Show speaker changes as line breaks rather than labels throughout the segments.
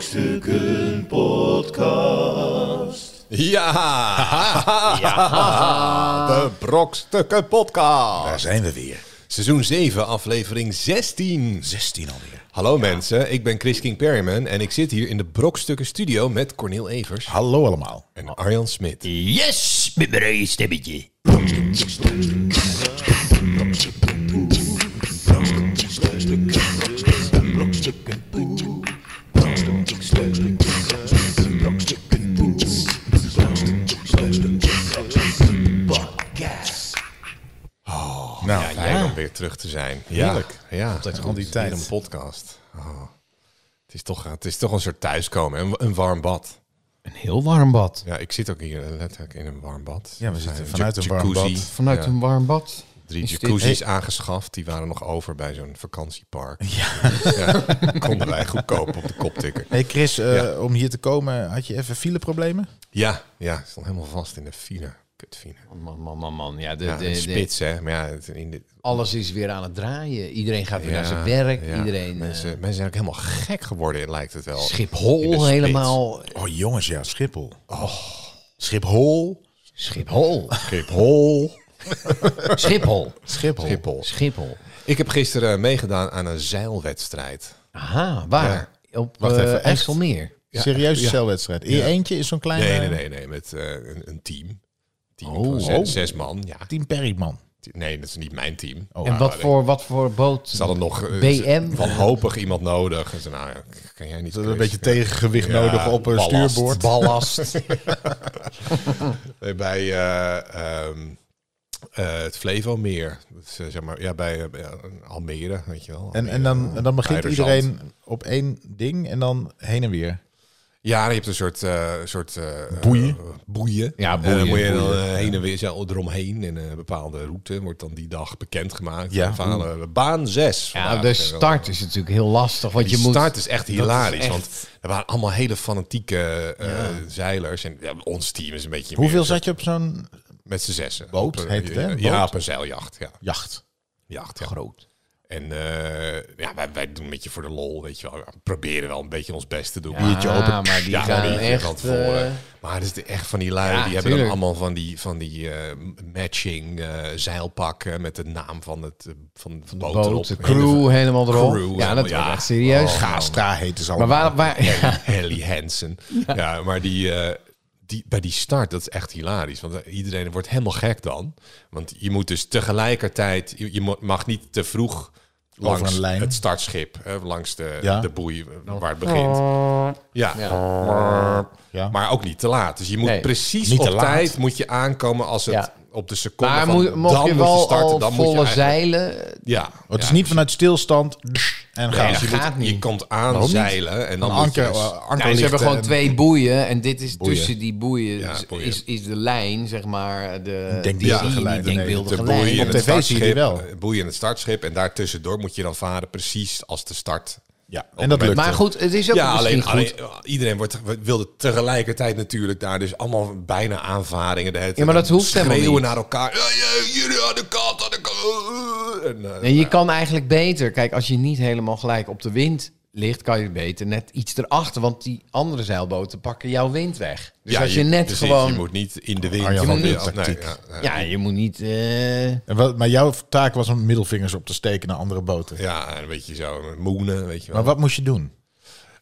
Brokstukken Podcast.
Ja! De Brokstukken Podcast.
Daar zijn we weer.
Seizoen 7, aflevering 16.
16 alweer.
Hallo mensen, ik ben Chris King Perryman en ik zit hier in de Brokstukken Studio met Cornel Evers
Hallo allemaal.
en Arjan Smit.
Yes, met mijn eigen stemmetje.
Nou,
Ja, jij om weer terug te zijn. Heerlijk. Ja, altijd
goed. Weer
een
een
podcast. Oh. Het, is toch, het is toch een soort thuiskomen, een, een warm bad.
Een heel warm bad.
Ja, ik zit ook hier eh, letterlijk in een warm bad.
Ja, we
Er zijn
zitten vanuit een warm
jacuzzi.
bad.
Vanuit
Ja.
een warm bad.
Drie
Is dit-
jacuzzis aangeschaft, die waren nog over bij zo'n vakantiepark. Ja. konden wij goedkoop op de kop tikken.
hey Chris, eh, om hier te komen had je even fileproblemen?
Ja, ja, ik stond helemaal vast in de file. Kut file.
Man, man, man, man. Ja, de,
Ja,
de-
in de
de-
spits, hè. Maar ja, het- in de,
alles is weer aan het draaien. Iedereen gaat weer
ja,
naar zijn werk.
ja,
Iedereen.
Mensen,
eh,
mensen zijn ook helemaal gek geworden, lijkt het wel. In de
Schiphol
spits.
helemaal.
Oh jongens, ja, Schiphol. Oh. Schiphol.
Schiphol.
Schiphol.
Schiphol.
Schiphol.
Schiphol.
Schiphol.
Ik heb gisteren meegedaan aan een zeilwedstrijd.
Aha, waar? Op
Wacht
Wacht
even, echt?
IJsselmeer.
Serieuze
ja.
celwedstrijd. In je
Ja.
eentje is zo'n kleine...
Nee, nee, nee, nee. Met eh, een, een team. Team
Oh.
van zes,
Oh.
zes man. Ja,
Team Perryman.
nee, dat is niet mijn team. Ah,
en wat voor, wat voor boot?
Ze hadden nog eh,
BM?
wanhopig iemand nodig. En ze, nou, ja, kan jij niet
Ze hadden een
Chris?
beetje tegengewicht
Ja,
nodig op een
ballast.
stuurboord.
Ballast.
Nee, bij eh, ehm, eh, het Flevomeer. Dat is, eh, zeg maar, ja, bij eh, bij, eh, Almere, weet je wel.
En,
Almere,
en, dan, en dan begint
Leiderzand.
iedereen op één ding en dan heen en weer.
Ja, je hebt een soort... eh, soort eh,
Boeien.
eh, boeien.
Ja,
En dan
boeien,
moet je dan
boeien.
eh, heen en weer zo eromheen. En eh, een bepaalde route wordt dan die dag bekendgemaakt.
Ja.
Ja. baan eh, 6.
Ja, de start is natuurlijk heel lastig. Want
Die
je moet.
start is echt hilarisch,
echt-
want er waren allemaal hele fanatieke eh, zeilers. En ja, ons team is een beetje meer
Hoeveel
een soort-
zat je op zo'n
Met z'n zessen.
Boot
Op een-
heet het, hè?
Ja,
Boot?
op een zeiljacht. Ja.
jacht?
Jacht, ja.
groot.
En eh, ja, wij, wij doen een beetje voor de lol, weet je wel. We proberen wel een beetje ons best te doen.
Biertje open. maar die gaan
een beetje
echt,
van tevoren.
eh,
Maar het is de- echt van die lui,
Ja,
die hebben dan
tuurlijk.
allemaal van die, van die eh, matching eh, zeilpakken met de naam van het eh, van, van de boot, erop.
boot, de crew helemaal erop.
Crew,
ja, dat
ja. Oh,
was echt serieus.
Gastra heette ze
Maar
allemaal.
waar, waar, ja,
Helly Hansen. Ja. maar die, eh, die, bij die start, dat is echt hilarisch. Want eh, iedereen wordt helemaal gek dan. Want je moet dus tegelijkertijd... Je, je mo- mag niet te vroeg langs
een lijn.
het startschip. eh, langs de,
Ja.
de boei eh, waar het begint.
Oh.
Ja.
Ja.
Maar ook niet te laat. Dus je moet
Nee,
precies
niet
op
te laat.
tijd moet je aankomen als het...
Ja.
Op de seconde
maar
van,
moet, mocht
dan
je
moet
wel
je starten, dan
al
moet je
volle
eigenlijk-
zeilen?
Ja.
Oh, het is
ja.
niet vanuit stilstand en
Nee,
gaan.
je,
dat gaat
moet- je
niet.
komt aan
Waarom niet?
zeilen en dan
Een
moet je
anker,
dus-
eh, anker
Nee, ze hebben
lichten
gewoon
en-
twee boeien en dit is tussen die boeien,
Ja,
is-
boeien.
Is, is de lijn, zeg maar, de
Denkbeeldige
die- die
lijn.
denkbeeldige
de
lijn.
boeien
Op
en
tv
het
zie je die
startschip,
wel.
eh, boeien en het startschip. En daartussendoor moet je dan varen precies als de start.
Ja, en dat lukt.
Maar goed, het is ook
Ja,
misschien
alleen,
goed.
alleen, eh, iedereen wordt, wilde tegelijkertijd natuurlijk daar. Dus allemaal bijna aanvaringen. De hele tijd
Ja, maar dat
en
hoeft helemaal
Schreeuwen
niet.
naar elkaar. Ja, ja, jullie aan de kant, aan de kant. En, eh,
En je kan eigenlijk beter, kijk, als je niet helemaal gelijk op de wind ligt, kan je beter net iets erachter, want die andere zeilboten pakken jouw wind weg. Dus
ja,
als je, net
precies,
gewoon,
Je moet niet in de wind.
Arjan
van
van
de-
Leeuwen
nee,
tactiek.
ja, ja.
ja, je moet niet. eh,
En wat, maar jouw taak was om middelvingers op te steken naar andere boten.
Ja, een beetje zo. Moenen, weet je wel.
Maar wat moest je doen?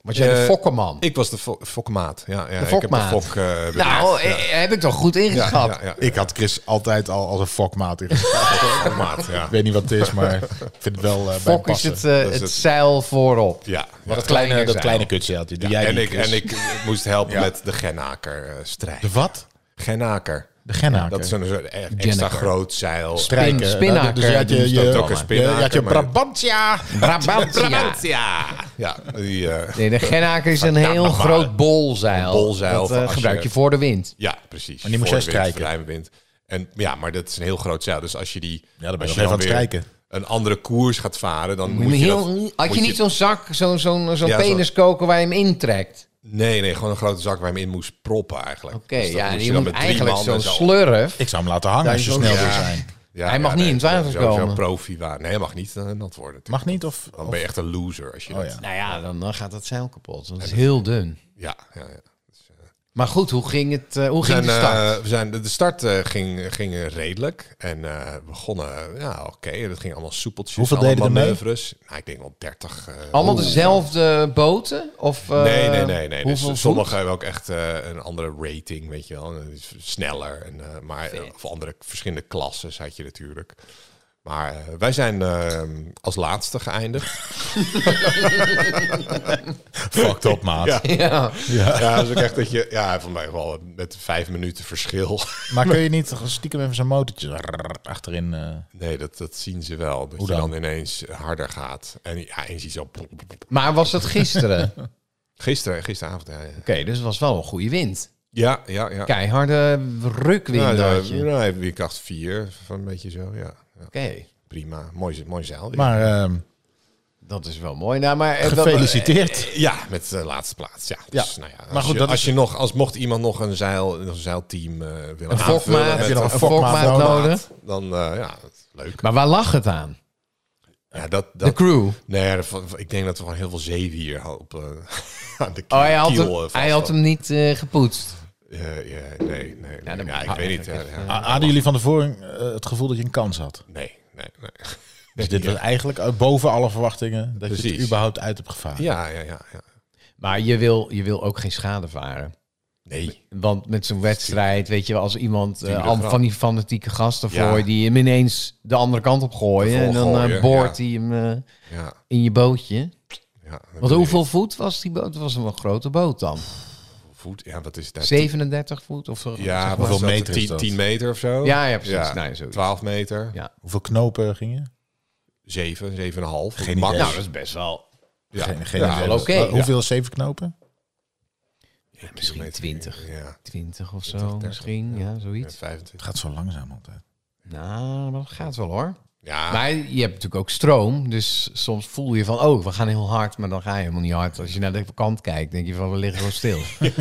Want jij
Eh,
de fokkerman.
Ik was de fok- fokmaat. Ja, ja, Ik
Oh. fokmaat.
heb de fok... eh,
nou,
bedacht.
eh, heb ik toch goed
ja,
ingeschat.
ja, ja,
Ik had Chris altijd al als een fokmaat. in-
fokmaat, ja.
Ik weet niet wat het is, maar ik vind het wel eh, bij hem
Fok is
passen.
het, eh,
is
het,
het.
zeil voorop.
Ja, ja.
Wat kleiner zeil.
kutje had je. Doe
en,
die,
ik,
Chris.
en ik moest helpen
Ja.
met de gennaker eh strijd.
De wat?
gennaker.
De gennaker.
Dat is een soort e- extra
Jennaker.
groot zeil.
Strijken.
eh,
Spin- spinnaker.
Dus je had je,
Die
je,
stond ook een
je-
spinnaker,
je had je
maar-
Brabantia.
Brabantia.
Ja, ja die, eh,
Nee, de gennaker is een heel
maar-
groot bolzeil.
bolzeil
Dat
van
eh,
als je-
gebruik je voor de wind.
ja, precies.
die moest
Voor
jij
de wind,
strijken.
ruime wind. En, ja, maar dat is een heel groot zeil. Dus als je die...
Ja, dan ben je nog
als
even aan
dan
het
weer
strijken.
Een andere koers gaat varen, dan
Moet
moet
je
je
heel-
dat-
had
moet
je niet zo'n zak, zo'n zo'n zo'n
Ja, zo'n-
peniskoker waar je hem intrekt?
Nee, nee, gewoon een grote zak waar je hem in moest proppen eigenlijk.
Oké,
Dus dat
ja,
moest
je
dan
moet
met drie
eigenlijk
man en
zo'n
zo-
slurf.
Ik zou hem laten hangen als je
Ja,
snel
ja.
wil zijn.
Ja,
Hij mag niet in het water
sowieso
komen.
profi wa- Nee, hij mag niet eh, nat worden.
Mag niet of...
Dan ben je echt een loser als je
Oh,
dat...
ja.
Nou ja, dan, dan gaat dat zeil kapot. want Dat is heel dun.
Ja, ja, ja.
Maar goed, hoe ging, het, eh, hoe
We
ging
zijn,
de start?
eh, we zijn, de start eh, ging, ging eh, redelijk. En eh, we begonnen, ja, oké. Dat ging allemaal soepeltjes.
Hoeveel
allemaal
deden er mee?
manoeuvres. Nou, ik denk wel 30. eh,
Allemaal dezelfde boten? Of, eh,
nee, nee, nee. nee.
hoeveel
Dus sommigen hebben ook echt eh, een andere rating, weet je wel. En dat is Sneller. En, eh, maar, eh, of andere verschillende klasses had je natuurlijk. Maar eh, wij zijn eh, als laatste geëindigd.
Fucked up, maat.
Ja.
voet? Ja.
Ja, dat is ook echt dat je... Ja, van mij wel met vijf minuten verschil.
Maar kun je niet stiekem even zo'n motortje rrr, achterin... eh,
Nee, dat, dat zien ze wel. Dat
Hoe
je
dan?
dan ineens harder gaat. En ja, en je ziet zo...
Maar was dat gisteren? Oké,
Gisteren, gisteravond, ja. ja.
dus het was wel een goede wind.
Ja, ja, ja.
Keiharde rukwind
Nou, ja,
had je. Oké.
nou, heb ik acht vier, van een beetje zo, ja. ja. Prima, mooi, mooi zeil. weer.
Maar eh,
Dat is wel mooi. Nou, maar, eh, dat-
gefeliciteerd.
Ja, met de laatste plaats. Ja, dus, Nou ja, als
Maar goed,
je,
dat is-
als je nog, als mocht iemand nog een zeil, nog een zeilteam eh willen
Een fokmaat,
aanvullen
heb
je nog een
een
fokmaat
fokmaat
nodig?
nodig, Dan, eh, ja, dat is leuk.
maar waar lag het aan?
Ja, dat, dat,
De crew.
nee, dat- ik denk dat we gewoon heel veel zeewier hadden op eh, aan de kiel.
Oh, hij had,
kiel,
hem,
eh, vast
hij had
hadden.
hem niet eh, gepoetst.
Eh, ja, nee, nee.
Ja,
nee.
dan
Ja,
moet
ik
je
weet niet. Ja,
eigenlijk
ja.
Ah, Hadden jullie van tevoren eh, het gevoel dat je een kans had?
Nee, nee, nee.
Dus dit was eigenlijk eh, boven alle verwachtingen dat je het
Precies.
überhaupt uit hebt gevaren.
Ja, ja, ja. ja.
Maar je wil, je wil ook geen schade varen.
Nee.
Want met zo'n wedstrijd, weet je wel, als iemand eh,
Tiende
al
grap.
van die fanatieke gasten
Ja.
voor die hem ineens de andere kant op gooien. En dan eh,
Volgooien,
boort hij hem eh,
Ja,
in je bootje.
ja.
Want hoeveel voet was die boot? Het was een grote boot dan.
voet? Ja, wat is het? daar?
37 voet of zo?
Ja,
hoeveel
hoeveel
meter
meter?
is
10,
dat?
meter of zo?
Ja, ja, precies. Nou, zoiets.
12 meter.
Ja.
Hoeveel knopen gingen?
7, 7,5.
Geen
Max.
idee.
Nou, dat is best wel
Ja.
Geen, geen
Ja,
idee.
wel oké.
Maar Hoeveel zeven knopen?
Ja,
misschien 20.
Ja,
20 of zo,
20, 30,
misschien. Ja,
ja,
zoiets.
25.
Het gaat zo langzaam altijd.
Nou, maar dat gaat wel hoor.
Ja,
Maar je hebt natuurlijk ook stroom, dus soms voel je van, oh, we gaan heel hard, maar dan ga je helemaal niet hard. Als je naar de kant kijkt, denk je van, we liggen gewoon stil. je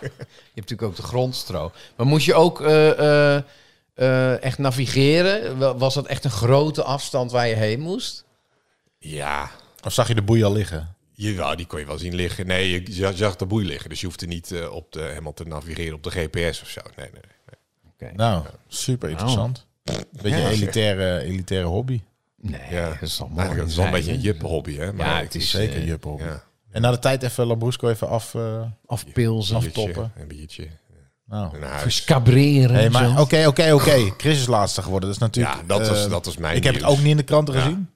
hebt natuurlijk ook de grondstroom. Maar moest je ook eh, eh, eh, echt navigeren? Wa- Was dat echt een grote afstand waar je heen moest?
ja.
Of zag je de boei al liggen?
Jawel, die kon je wel zien liggen. Nee, je za- zag de boei liggen. Dus je hoefde niet eh, op de, helemaal te navigeren op de GPS of zo. Nee, nee.
Nou, super interessant. Beetje
Nou. Ja.
elitaire, elitaire hobby.
Nee,
Ja.
dat is toch mooi.
Eigenlijk, dat is wel een
Nee,
beetje een juppe hobby, hè?
Ja, het is
eh,
eh,
Zeker
zeker.
juppel.
ja.
En na de tijd even Lambrusco even af. eh,
afpilzen,
Biertje,
toppen.
Een biertje.
nou.
Een huis.
verscabreren.
Hey,
en
maar
zo.
oké, oké, oké. Chris is laatste geworden. Dat is natuurlijk.
Ja, dat was-
eh,
dat was mijn
Ik heb het
nieuws.
ook niet in de kranten
Ja.
gezien.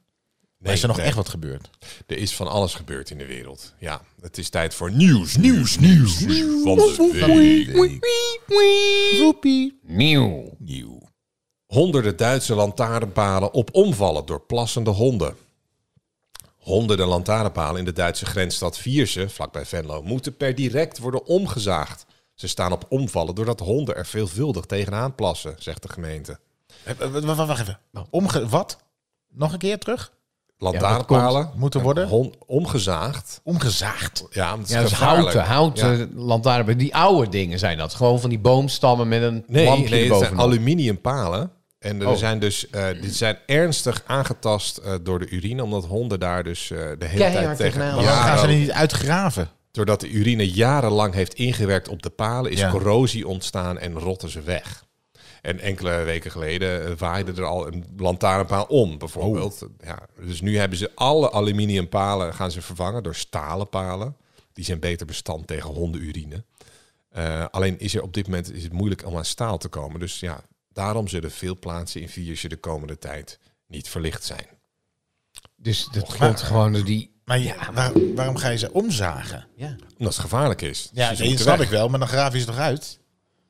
Maar is er nog
nee.
echt wat gebeurd?
Er is van alles gebeurd in de wereld. Ja, het is tijd voor nieuws, nieuws, nieuws, nieuws van de week.
Woepie.
Nieuw.
Nieuw.
Honderden Duitse lantaarnpalen op omvallen door plassende honden. Honderden lantaarnpalen in de Duitse grensstad Viersen, vlakbij Venlo, moeten per direct worden omgezaagd. Ze staan op omvallen doordat honden er veelvuldig tegenaan plassen, zegt de gemeente.
Eh, w- w- w- Wacht even. Omge wat? Nog een keer terug?
Lantaarnpalen
Moeten worden
hon- omgezaagd.
omgezaagd.
Ja, omdat het
Ja, dat
is
is
gevaarlijk.
houten, houten
Ja.
lantaarnpalen. Die oude dingen zijn dat. Gewoon van die boomstammen met een
Nee,
lampje
nee het zijn
erbovenop.
aluminium palen. En er
Oh.
zijn dus, eh die zijn ernstig aangetast eh, door de urine, omdat honden daar dus eh, de hele
Keihard
tijd tegen...
tegenaan.
Waarom
Ja,
gaan ze
ook.
er niet uitgraven?
Doordat de urine jarenlang heeft ingewerkt op de palen, is
Ja.
corrosie ontstaan en rotten ze weg. En enkele weken geleden eh, waaide er al een lantaarnpaal om, bijvoorbeeld.
Oh.
Ja, dus nu hebben ze alle aluminium palen gaan ze vervangen door stalen palen. Die zijn beter bestand tegen hondenurine. Eh, alleen is er op dit moment is het moeilijk om aan staal te komen. Dus ja, daarom zullen veel plaatsen in Viersje de komende tijd niet verlicht zijn.
Dus dat
Och,
komt
ja.
gewoon door die...
Maar ja, waar- waarom ga je ze omzagen?
Ja.
Omdat het gevaarlijk is. Dus
Ja,
ze
nee, dat
moeten
snap
weg.
ik wel, maar dan graven ze toch uit?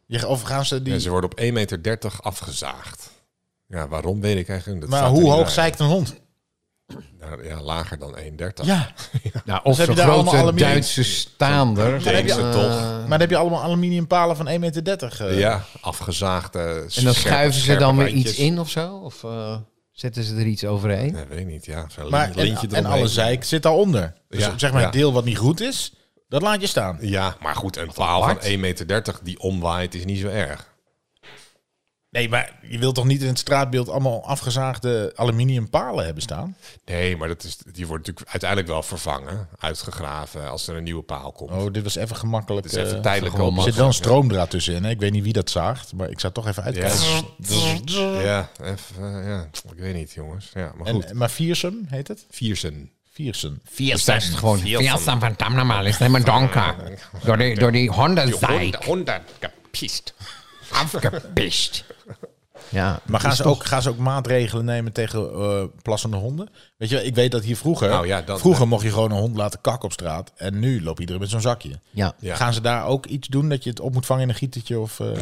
Je, of gaan ze die...
En ze worden op 1,30 meter afgezaagd. Ja, waarom weet ik eigenlijk niet. Dat
maar
staat er
hoe
niet
hoog
bij.
zeikt een hond?
Nou, ja, lager dan 1,30.
Ja,
Nou, of
Dus heb je
zo'n
daar allemaal
grote
aluminium-
Duitse staander.
Denk ze
Eh,
toch.
maar dan heb je allemaal aluminium palen van 1,30 meter. eh.
Ja, afgezaagde.
En dan schuiven ze dan weer iets in of zo? Of eh, zetten ze er iets overheen?
Nee, weet ik niet. Ja, zo'n
Maar,
lintje
en,
eromheen.
en alle zeik zit daaronder. Dus
Ja,
zeg maar,
ja.
het deel wat niet goed is, dat laat je staan.
Ja, maar goed, een paal van
apart.
1,30 meter die omwaait is niet zo erg.
Nee, maar je wilt toch niet in het straatbeeld allemaal afgezaagde aluminium palen hebben staan?
Nee, maar dat is, die wordt natuurlijk uiteindelijk wel vervangen, uitgegraven als er een nieuwe paal komt.
Oh, dit was even gemakkelijk.
Het is even
eh,
tijdelijk
gewoon
er
allemaal.
zit wel een stroomdraad tussenin. Hè? Ik weet niet wie dat zaagt, maar ik zou toch even
Ja,
uitkijken.
ja, even, eh, ja, ik weet niet, jongens. Ja, maar goed.
En, maar Viersum heet het?
Viersen.
Viersen.
Fiesta is het gewoon. Fiesta van Tamnamal is helemaal donker. Door die, door die Honda-zijk
100 gepist.
afgepist. Ja,
Maar gaan ze, ook, gaan ze ook maatregelen nemen tegen eh, plassende honden? Weet je, wel, ik weet dat hier vroeger.
Nou ja, dat-
vroeger mocht je gewoon een hond laten kakken op straat. En nu loopt iedereen met zo'n zakje.
ja.
Ja.
Gaan ze daar ook iets doen dat je het op moet vangen in een gietertje? Of, eh,
Nee,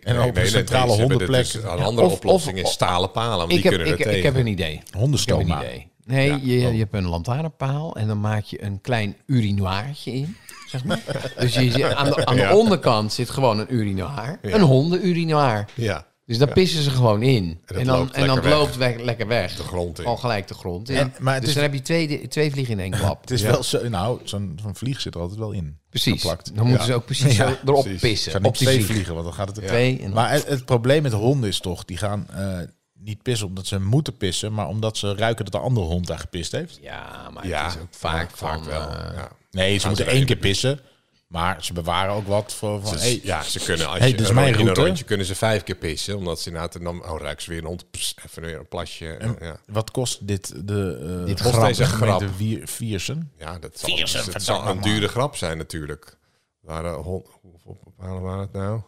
En
nee, nee,
op een
nee,
centrale
nee, ze hebben dit
hondenplek.
dus- een andere
of-
oplossing
of-
is stalen palen, want
Ik
die
heb,
kunnen
ik,
er tegen.
ik heb een idee. Ik heb
Hondenstoom
een
maken.
idee. Nee,
Ja.
oh.
je, je hebt een lantaarnpaal en dan maak je een klein urinoirtje in. Zeg maar. Dus je, zit- aan de, aan de
Ja.
onderkant zit gewoon een urinoir. Een hondenurinoir.
Ja,
Dus daar pissen ze gewoon in. En,
dat
dan,
loopt
en dan
lekker weg.
loopt weg, lekker weg. De
grond in.
Al gelijk de grond in.
Ja, maar het
dus
is-
dan heb je twee, twee vliegen in één klap.
Het is wel zo. Nou, zo'n zo'n vlieg zit er altijd wel in.
Precies.
Geplakt.
Dan moeten ze ook precies
Ja,
zo erop
precies.
Ik
pissen.
zou
Op
niet
die
twee
vlieg.
vliegen, want dan gaat het er
Twee en
Maar het, het probleem met honden is toch, die gaan eh, niet pissen omdat ze moeten pissen, maar omdat ze ruiken dat de andere hond daar gepist heeft.
Ja, maar
ja,
het is ook vaak,
ja, vaak
van,
wel.
eh,
ja.
Nee, ze moeten
ze
één
even
keer pissen, maar ze bewaren ook wat voor van,
Dus,
hey,
ja, ze kunnen als
hey,
je
dit is
een,
mijn
rondje, in een
route.
rondje kunnen ze vijf keer pissen, omdat ze inderdaad en dan oh ruikt ze weer een hond, pss, even weer een plasje. En, ja.
wat kost dit de eh
Dit
kost
grap.
deze
Deze grap.
gemeente Wier- Viersen?
ja, dat zal, dat- dat zal een dure grap zijn natuurlijk. Waren hond, hoeveel palen waren het nou?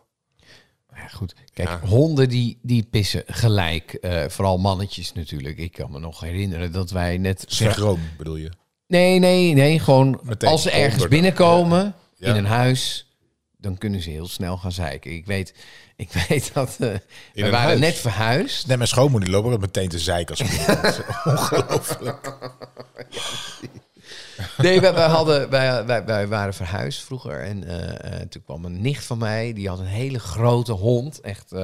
Ja, goed. Kijk,
Ja.
honden die, die pissen gelijk. eh, vooral mannetjes natuurlijk. Ik kan me nog herinneren dat wij net...
Synchroon bedoel je?
Nee, nee, nee. Gewoon
Meteen
als ze ergens
onder de-
binnenkomen
Ja.
in een huis... dan kunnen ze heel snel gaan zeiken. Ik weet, ik weet dat... eh, we
een
waren
huis?
net verhuisd.
Nee, mijn schoonmoeder loopt er meteen te zeiken als ze
Nee, wij, wij hadden, wij, wij, wij waren verhuisd vroeger. En eh, eh, toen kwam een nicht van mij. Die had een hele grote hond. Echt, eh,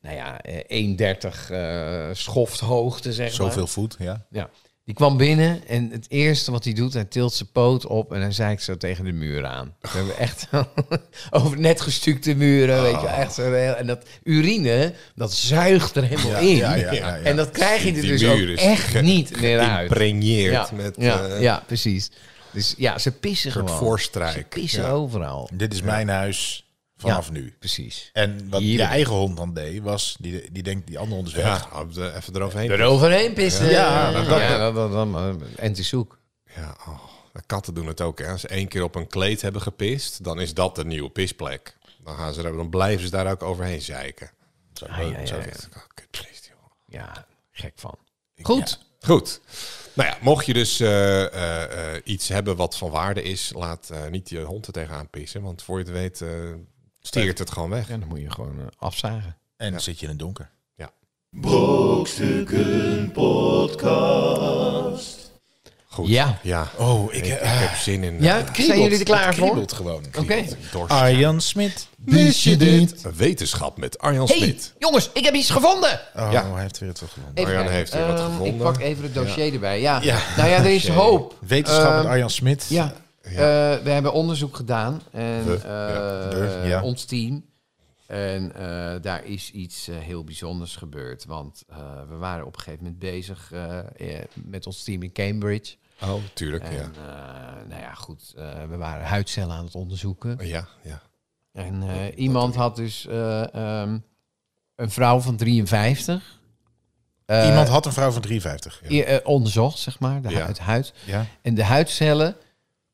nou ja, eh, 1,30 eh schofthoogte, zeg maar.
zoveel voet, ja.
Ja. Die kwam binnen en het eerste wat hij doet, hij tilt zijn poot op en hij zeikt zo tegen de muur aan. We hebben echt over net gestukte muren, weet je,
Oh.
echt zo. heel- En dat urine, dat zuigt er helemaal in.
ja, ja, ja, ja.
En dat krijg je er
Die
dus
muur
ook
is
echt niet meer uit.
Impregneerd
Ja,
met
ja,
eh,
ja, precies. Dus ja, ze pissen
een soort
Oh.
gewoon. Ze
voorstrijk.
pissen
Ja.
overal.
Dit is mijn huis vanaf
Ja,
nu.
Precies.
En wat
Hier
je
ben ik.
eigen hond dan deed, was, die, die denkt die andere hond is weg.
Ja, op de- even eroverheen.
Eroverheen pissen.
Ja,
ja,
dat-
dat- dat- dat- en te zoek.
Ja, oh, katten doen het ook. Hè. Als ze één keer op een kleed hebben gepist, dan is dat de nieuwe pisplek. Dan, gaan ze, er- dan blijven ze daar ook overheen zeiken.
Zou ik
Ah,
wel-
ja, ja,
zou ik
ja.
Echt, oh, kut, please, joh.
Ja, gek van. Goed.
Goed. Nou ja, mocht je dus eh, eh, eh, iets hebben wat van waarde is, laat eh, niet je hond er tegenaan pissen. Want voor je het weet, eh steert het gewoon weg.
Ja, dan moet je gewoon eh, afzagen.
En dan zit je in het donker.
Goed.
Ja.
ja.
Oh, ik,
Ik, ik heb zin in.
Ja, Ah,
eh,
zijn jullie er klaar voor? Oké.
kriebelt gewoon.
dorst.
Arjan Smit.
Wist je dit? Wetenschap met Arjan
Hey,
Smit.
jongens, ik heb iets gevonden.
Oh,
Ja.
hij heeft weer het gevonden.
Even
Arjan
kijken.
heeft weer wat
Ehm,
gevonden.
Ik pak even het dossier erbij. Ja.
Ja.
Nou ja, er is hoop.
Wetenschap met
Ehm,
Arjan Smit.
Ja. Eh, we hebben onderzoek gedaan. En
We,
eh,
we, ja.
ons team. En eh, daar is iets eh, heel bijzonders gebeurd. Want eh, we waren op een gegeven moment bezig eh, eh, met ons team in Cambridge.
Oh, tuurlijk.
En
Ja.
eh, nou ja, goed. eh, we waren huidcellen aan het onderzoeken.
Ja, ja.
En eh, iemand had dus eh, ehm, een vrouw van 53. eh,
Iemand had een vrouw van 53.
i- eh, onderzocht, zeg maar, de hu-
Ja.
het huid.
Ja.
En de huidcellen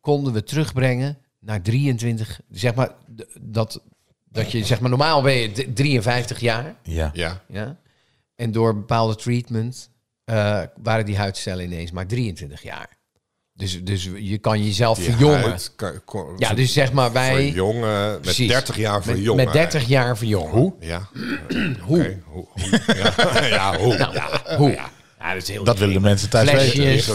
konden we terugbrengen naar 23. Zeg maar, d- dat, dat je, zeg maar, normaal ben je d- 53 jaar.
Ja.
ja.
Ja? En door een bepaalde treatment eh, waren die huidcellen ineens maar 23 jaar. Dus, dus je kan jezelf
Die
verjongen.
huid kan- kon-
ja, dus zeg maar, wij.
Verjongen, met
Precies.
30 jaar
Met,
verjongen.
met 30 jaar verjongen. Hoe?
Ja. hoe? hoe? hoe? Ja, ja hoe?
Nou, hoe? Ja. dat is heel
Dat willen de mensen thuis weten.
Flesjes,
weten.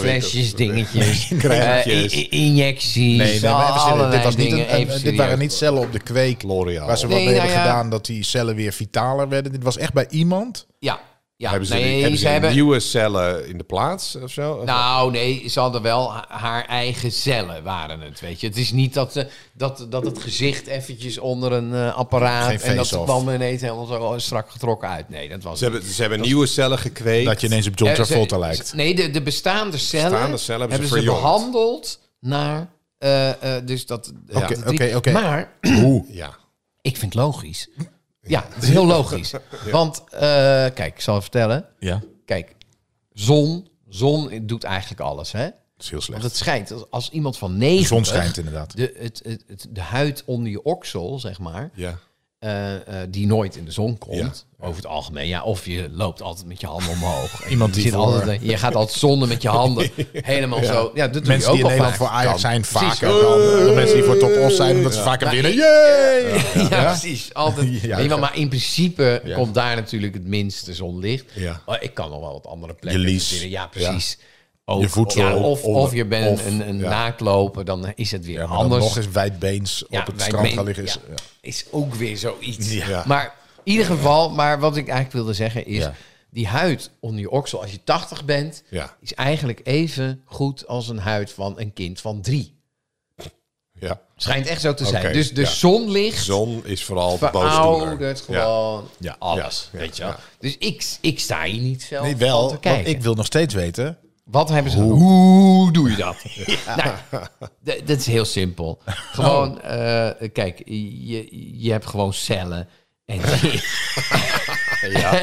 flesjes, dingetjes,
Crèmetjes.
eh, i- i- injecties, allerlei
dit, was niet
dingen.
een- een-
Even
dit
serieus.
waren niet cellen op de kweek
L'Oreal.
waar ze wat
Nee,
mee
nou
hebben
ja.
gedaan dat die cellen weer vitaler werden. Dit was echt bij iemand
Ja, Ja,
hebben ze,
nee,
die- hebben
ze
ze
hebben-
nieuwe cellen in de plaats of zo? Of-
Nou, nee, ze hadden wel ha- haar eigen cellen, waren het, weet je. Het is niet dat, ze, dat, dat het gezicht eventjes onder een eh,
Geen
apparaat... en dat
face-off.
kwam ineens helemaal zo oh, strak getrokken uit. Nee, dat was
ze hebben, ze hebben nieuwe cellen gekweekt.
Dat je ineens op John
Eh, ze-
Travolta
ze-
lijkt.
Nee, de, de bestaande cellen,
Bestaande cellen hebben ze verjongd.
behandeld naar... eh, eh, dus dat... ja,
Oké,
dat drie-
oké, oké.
Maar
Hoe?
Ja.
ik vind het logisch. Ja, het is heel logisch. Want, eh, kijk, ik zal je vertellen.
Ja,
Kijk, zon, zon doet eigenlijk alles, hè?
dat is heel slecht.
Want het schijnt, als, als iemand van
De
90...
zon schijnt inderdaad.
De, het, het, het- de huid onder je oksel, zeg maar,
ja.
eh, eh, die nooit in de zon komt, over het algemeen. Ja, of je loopt altijd met je handen omhoog. En
Iemand
je,
die
zit
voor-
altijd, je gaat altijd zonnen met je handen. Helemaal zo. Ja, dat doe je
Mensen
ook
die in
al
Nederland
vaak.
voor Ajax zijn
Precies.
vaker dan, eh, dan mensen die voor top off zijn omdat ze vaker
Nou,
winnen.
ik-
Yay!
Ja, precies. Altijd.
Ja.
Weet je wel, maar in principe
Ja.
komt daar natuurlijk het minste zonlicht.
Ja.
Oh, ik kan nog wel wat andere plekken.
Je lies.
verzinnen. Ja, precies. Ook-
Je voedsel.
Ja, of,
Onder-
of je bent
of-
een, een
ja.
naakloper, dan is het weer
Ja, maar dan
anders.
nog eens wijdbeens
Ja,
op het
wij
strand
meen-
gaan liggen. Is,
ja,
ja.
is ook weer zoiets.
Ja.
Maar in ieder geval, maar wat ik eigenlijk wilde zeggen is...
Ja.
die huid onder je oksel, als je 80 bent...
Ja.
is eigenlijk even goed als een huid van een kind van drie.
ja.
Schijnt echt zo te zijn.
Oké,
dus de
ja.
zonlicht
Zon is vooral de boosdoener.
veroudert gewoon
Ja.
alles.
Ja.
Weet je wel.
Ja.
Dus ik, ik sta hier niet zelf
Nee,
van te
wel, want
kijken.
ik wil nog steeds weten.
Wat hebben ze... Hoe doe je dat? Nou, d- dat is heel simpel. Gewoon, eh, kijk, je, je hebt gewoon cellen. En ja.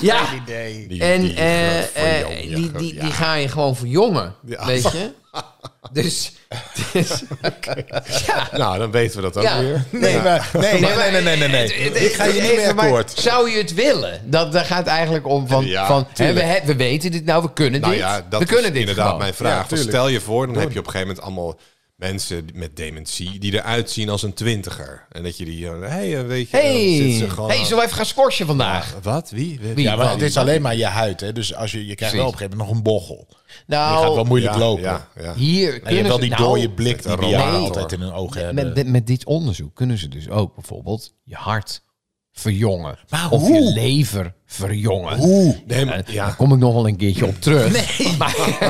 ja.
Idee.
Die-
En
die
die,
gaat voor jou, ja,
die, die,
ja.
die ga je gewoon verjongen,
Ja.
weet je? Dus, dus ja,
Nou, dan weten we dat ook
Ja.
weer.
Nee, maar, nee, nee, nee, nee, nee, nee, nee.
Het- het-
Ik ga
het-
je niet
even
meer
maar,
akkoord.
Zou je het willen? Dat, daar gaat het eigenlijk om van,
Ja,
van hè, we,
tuurlijk.
hè, we weten dit nou, we kunnen
Nou
dit.
ja, dat
we
is
kunnen dit
inderdaad
gewoon.
mijn vraag.
Ja,
Want
tuurlijk.
stel je voor, dan heb je op een gegeven moment allemaal mensen met dementie die eruit zien als een twintiger. En dat je die, eh, hey, eh, weet je,
Hey,
dan zit ze gewoon...
hey, zullen we even gaan squashen vandaag?
Ah, Wat? Wie? Wie?
Wie?
Ja, maar
Wat?
het is alleen maar je huid. Hè? Dus als je, je krijgt wel op een gegeven moment nog een bochel. Je gaat wel
nou,
moeilijk
Ja,
lopen.
Ja, ja.
hier
En je
kunnen
hebt wel
ze...
die
nou,
dode blik die
met
bij
een
jou
rollator.
altijd in hun ogen
met,
hebben.
met, met dit onderzoek kunnen ze dus ook bijvoorbeeld je hart verjongen.
Maar
of
hoe?
je lever verjongen.
Hoe?
Nee, maar-
Eh, Daar
ja.
kom ik nog wel een keertje op terug. Nee,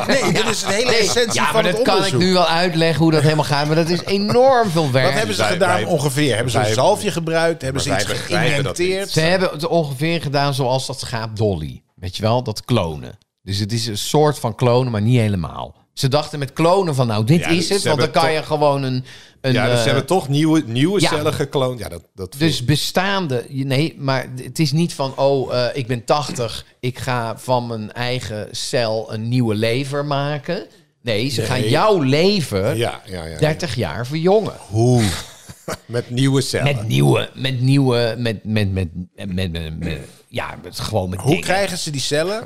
Nee, dit is de hele essentie
ja,
van
maar
het
dat kan ik
onderzoek.
nu wel uitleggen hoe dat helemaal gaat. Maar dat is enorm veel werk.
Wat hebben ze
Wij-
gedaan
wij-
ongeveer? Hebben ze een
wij-
zalfje gebruikt? Hebben ze
wij
iets
begrijpen dat
geïnventeerd?
Ze hebben het ongeveer gedaan zoals dat schaap Dolly. Weet je wel, dat klonen. Dus het is een soort van klonen, maar niet helemaal. Ze dachten met klonen van, nou, dit
Ja,
is
ze
het. Want dan
hebben
kan je
toch-
gewoon een... een
Ja, dus ze
eh,
hebben toch nieuwe, nieuwe
ja.
cellen gekloond. Ja, dat, dat
dus bestaande... Nee, maar het is niet van, oh, eh, ik ben 80. Ik ga van mijn eigen cel een nieuwe lever maken. Nee, ze gaan jouw lever
Ja, ja, ja.
30 jaar verjongen.
Hoe? Met nieuwe cellen.
Met nieuwe, met nieuwe, met, met, met, met, met, met- met- ja, met, gewoon met
Hoe
dingen.
krijgen ze die cellen?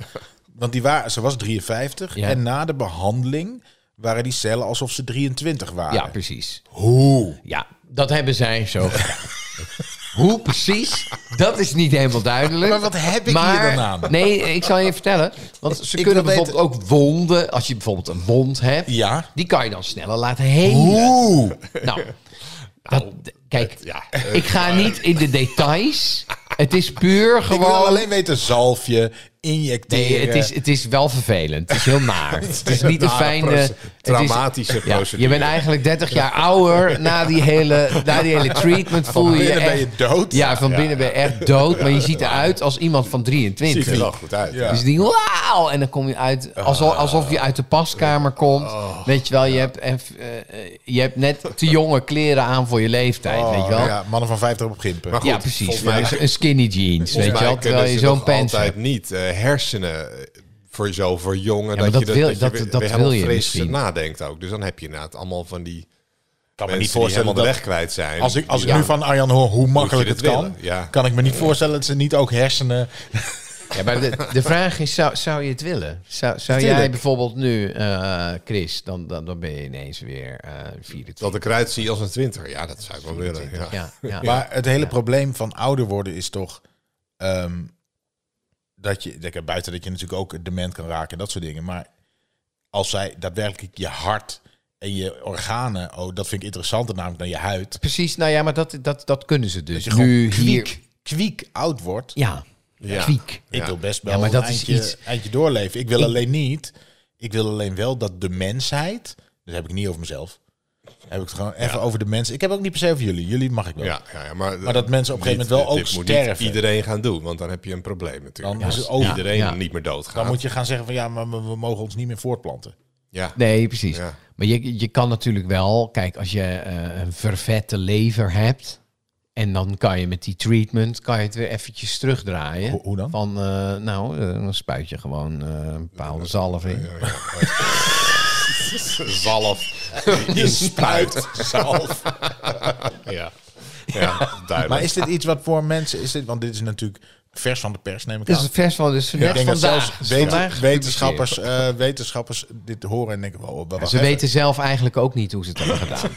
Want die waren, ze was 53.
Ja.
En na de behandeling waren die cellen alsof ze 23 waren.
Ja, precies.
Hoe?
Ja, dat hebben zij zo gedaan. Hoe precies? Dat is niet helemaal duidelijk.
Maar wat heb ik hier
Maar-
dan aan?
Nee, ik zal je vertellen. Want ze
Ik
kunnen
wil weten-
bijvoorbeeld ook wonden. Als je bijvoorbeeld een wond hebt,
Ja.
die kan je dan sneller laten helen.
Hoe?
Nou, dat- kijk, ik ga niet in de details. Het is puur
Ik wil
gewoon.
alleen weten, zalfje, injecteren.
Nee, het is, het is wel vervelend. Het is heel naar. Het is niet een
eh, nare
fijne...
proce-
het is-
traumatische
Ja,
procedure.
je bent eigenlijk 30 jaar ouder na die hele, na die hele treatment. Voel
Van
je je
binnen ben
echt,
je dood.
Ja, van binnen ben je echt dood. Maar je ziet eruit als iemand van
Ziet er
23.
wel goed uit.
Ja.
Dus die wauw! En dan kom je uit alsof, alsof je uit de paskamer komt. weet je wel, je hebt, eff- eh, eh, je hebt net te jonge kleren aan voor je leeftijd. weet je wel? Ja,
Oh, Ja, mannen van 50 op gimpen.
Maar goed,
precies.
volgens mij-
een skinny jeans, weet je wel. Terwijl je zo'n pants hebt.
altijd niet eh, hersenen eh, voor zo voor jongen
maar
dat,
dat
je dat,
wil-
dat, je
dat-
weer-
dat
weer
wil
helemaal
je
fris
misschien.
nadenkt ook. Dus dan heb je inderdaad allemaal van die
kan
mensen die helemaal de weg kwijt zijn.
Als ik, als ik
Die
nu
dan-
van Arjan hoor hoe makkelijk
dit
het kan,
willen? Ja.
kan ik me niet voorstellen dat ze niet ook hersenen.
Ja, maar de, de vraag is, zou, zou je het willen? Zou, zou
Natuurlijk.
jij bijvoorbeeld nu, eh, Chris, dan, dan, dan ben je ineens weer eh 24.
dat ik eruit zie als een twintig. Ja, dat zou ik wel willen. Ja.
ja, ja.
Maar het hele probleem van ouder worden is toch ehm, dat je, dat je- buiten dat je natuurlijk ook dement kan raken en dat soort dingen. Maar als zij daadwerkelijk je hart en je organen, oh, dat vind ik interessanter namelijk dan je huid.
Precies, nou ja, maar dat, dat, dat kunnen ze dus.
Dat je gewoon
nu hier.
kwiek oud wordt.
Ja,
Ja.
kwiek.
Ik
Ja.
wil best wel
Ja, maar dat
een
is
eindje,
iets-
eindje doorleven. Ik wil alleen niet... Ik wil alleen wel dat de mensheid... Dat heb ik niet over mezelf. Heb ik het gewoon even over de mensen. Ik heb ook niet per se over jullie. Jullie mag ik wel.
Ja, ja, ja, maar, eh,
Maar dat mensen op een gegeven moment wel
dit
ook
moet
sterven.
Niet iedereen gaan doen, want dan heb je een probleem natuurlijk.
Dan is
Als
het over.
iedereen
Ja.
niet meer doodgaat.
Dan moet je gaan zeggen van... Ja, maar we, we mogen ons niet meer voortplanten.
ja.
Nee, precies.
Ja.
Maar je, je kan natuurlijk wel, kijk, als je eh, een vervette lever hebt. En dan kan je met die treatment kan je het weer eventjes terugdraaien.
Hoe- hoe dan?
Van, eh, nou, eh, dan spuit je gewoon eh, een bepaalde zalf in.
Ja, ja. Zalf. Inspuit. Zalf. ja. ja, duidelijk.
Maar is dit iets wat voor mensen... Is dit, want dit is natuurlijk vers van de pers, neem ik
Dit
aan.
is het vers van, dus net
ik denk dat
vandaag.
zelfs
is
wet-
vandaag
wetenschappers, eh, wetenschappers dit horen en denken... Wow,
Ze weten zelf eigenlijk ook niet hoe ze het hebben gedaan.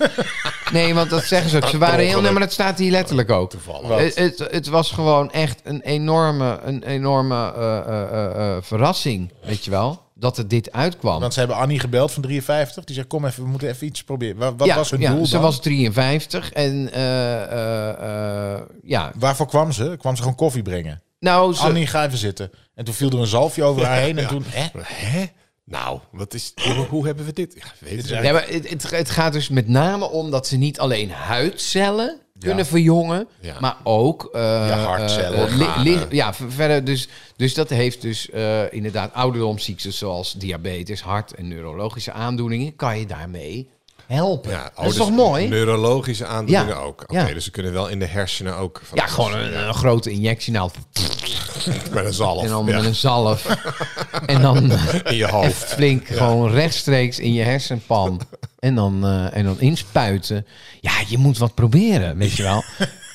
Nee, want dat zeggen ze ook. Ze waren heel. Nee, maar dat staat hier letterlijk ook. Het, het, het was gewoon echt een enorme, een enorme eh, eh, eh, eh, verrassing, weet je wel, dat er dit uitkwam.
Want ze hebben Annie gebeld van 53. Die zei, kom even, we moeten even iets proberen. Wat, wat
Ja,
was hun
ja,
doel
Ze
dan?
was 53 en eh, eh, eh, ja,
Waarvoor kwam ze? Kwam ze gewoon koffie brengen?
nou, ze,
Annie, ga even zitten. En toen viel er een zalfje over haar heen. En toen, hè?
Hè? Nou, wat is, hoe, hoe hebben we dit? Ja, weet het
Ja, maar het, het, het gaat dus met name om dat ze niet alleen huidcellen kunnen verjongen,
Ja.
maar ook eh,
Ja, hartcellen,
eh, eh, li-
organen.
li- ja, ver- verder dus, dus dat heeft dus eh, inderdaad ouderdomsziektes zoals diabetes, hart- en neurologische aandoeningen kan je daarmee helpen.
Ja,
dat
oh,
is
dus
toch mooi?
Neurologische aandoeningen
Ja,
ook. Oké,
ja.
dus ze kunnen wel in de hersenen ook. Van
ja, gewoon een, een grote injectie nou,
met een zalf.
en dan
ja,
met een zalf en dan
in je
Even
hoofd.
flink gewoon rechtstreeks in je hersenpan. En dan, eh, en dan inspuiten. Ja, je moet wat proberen, weet je wel.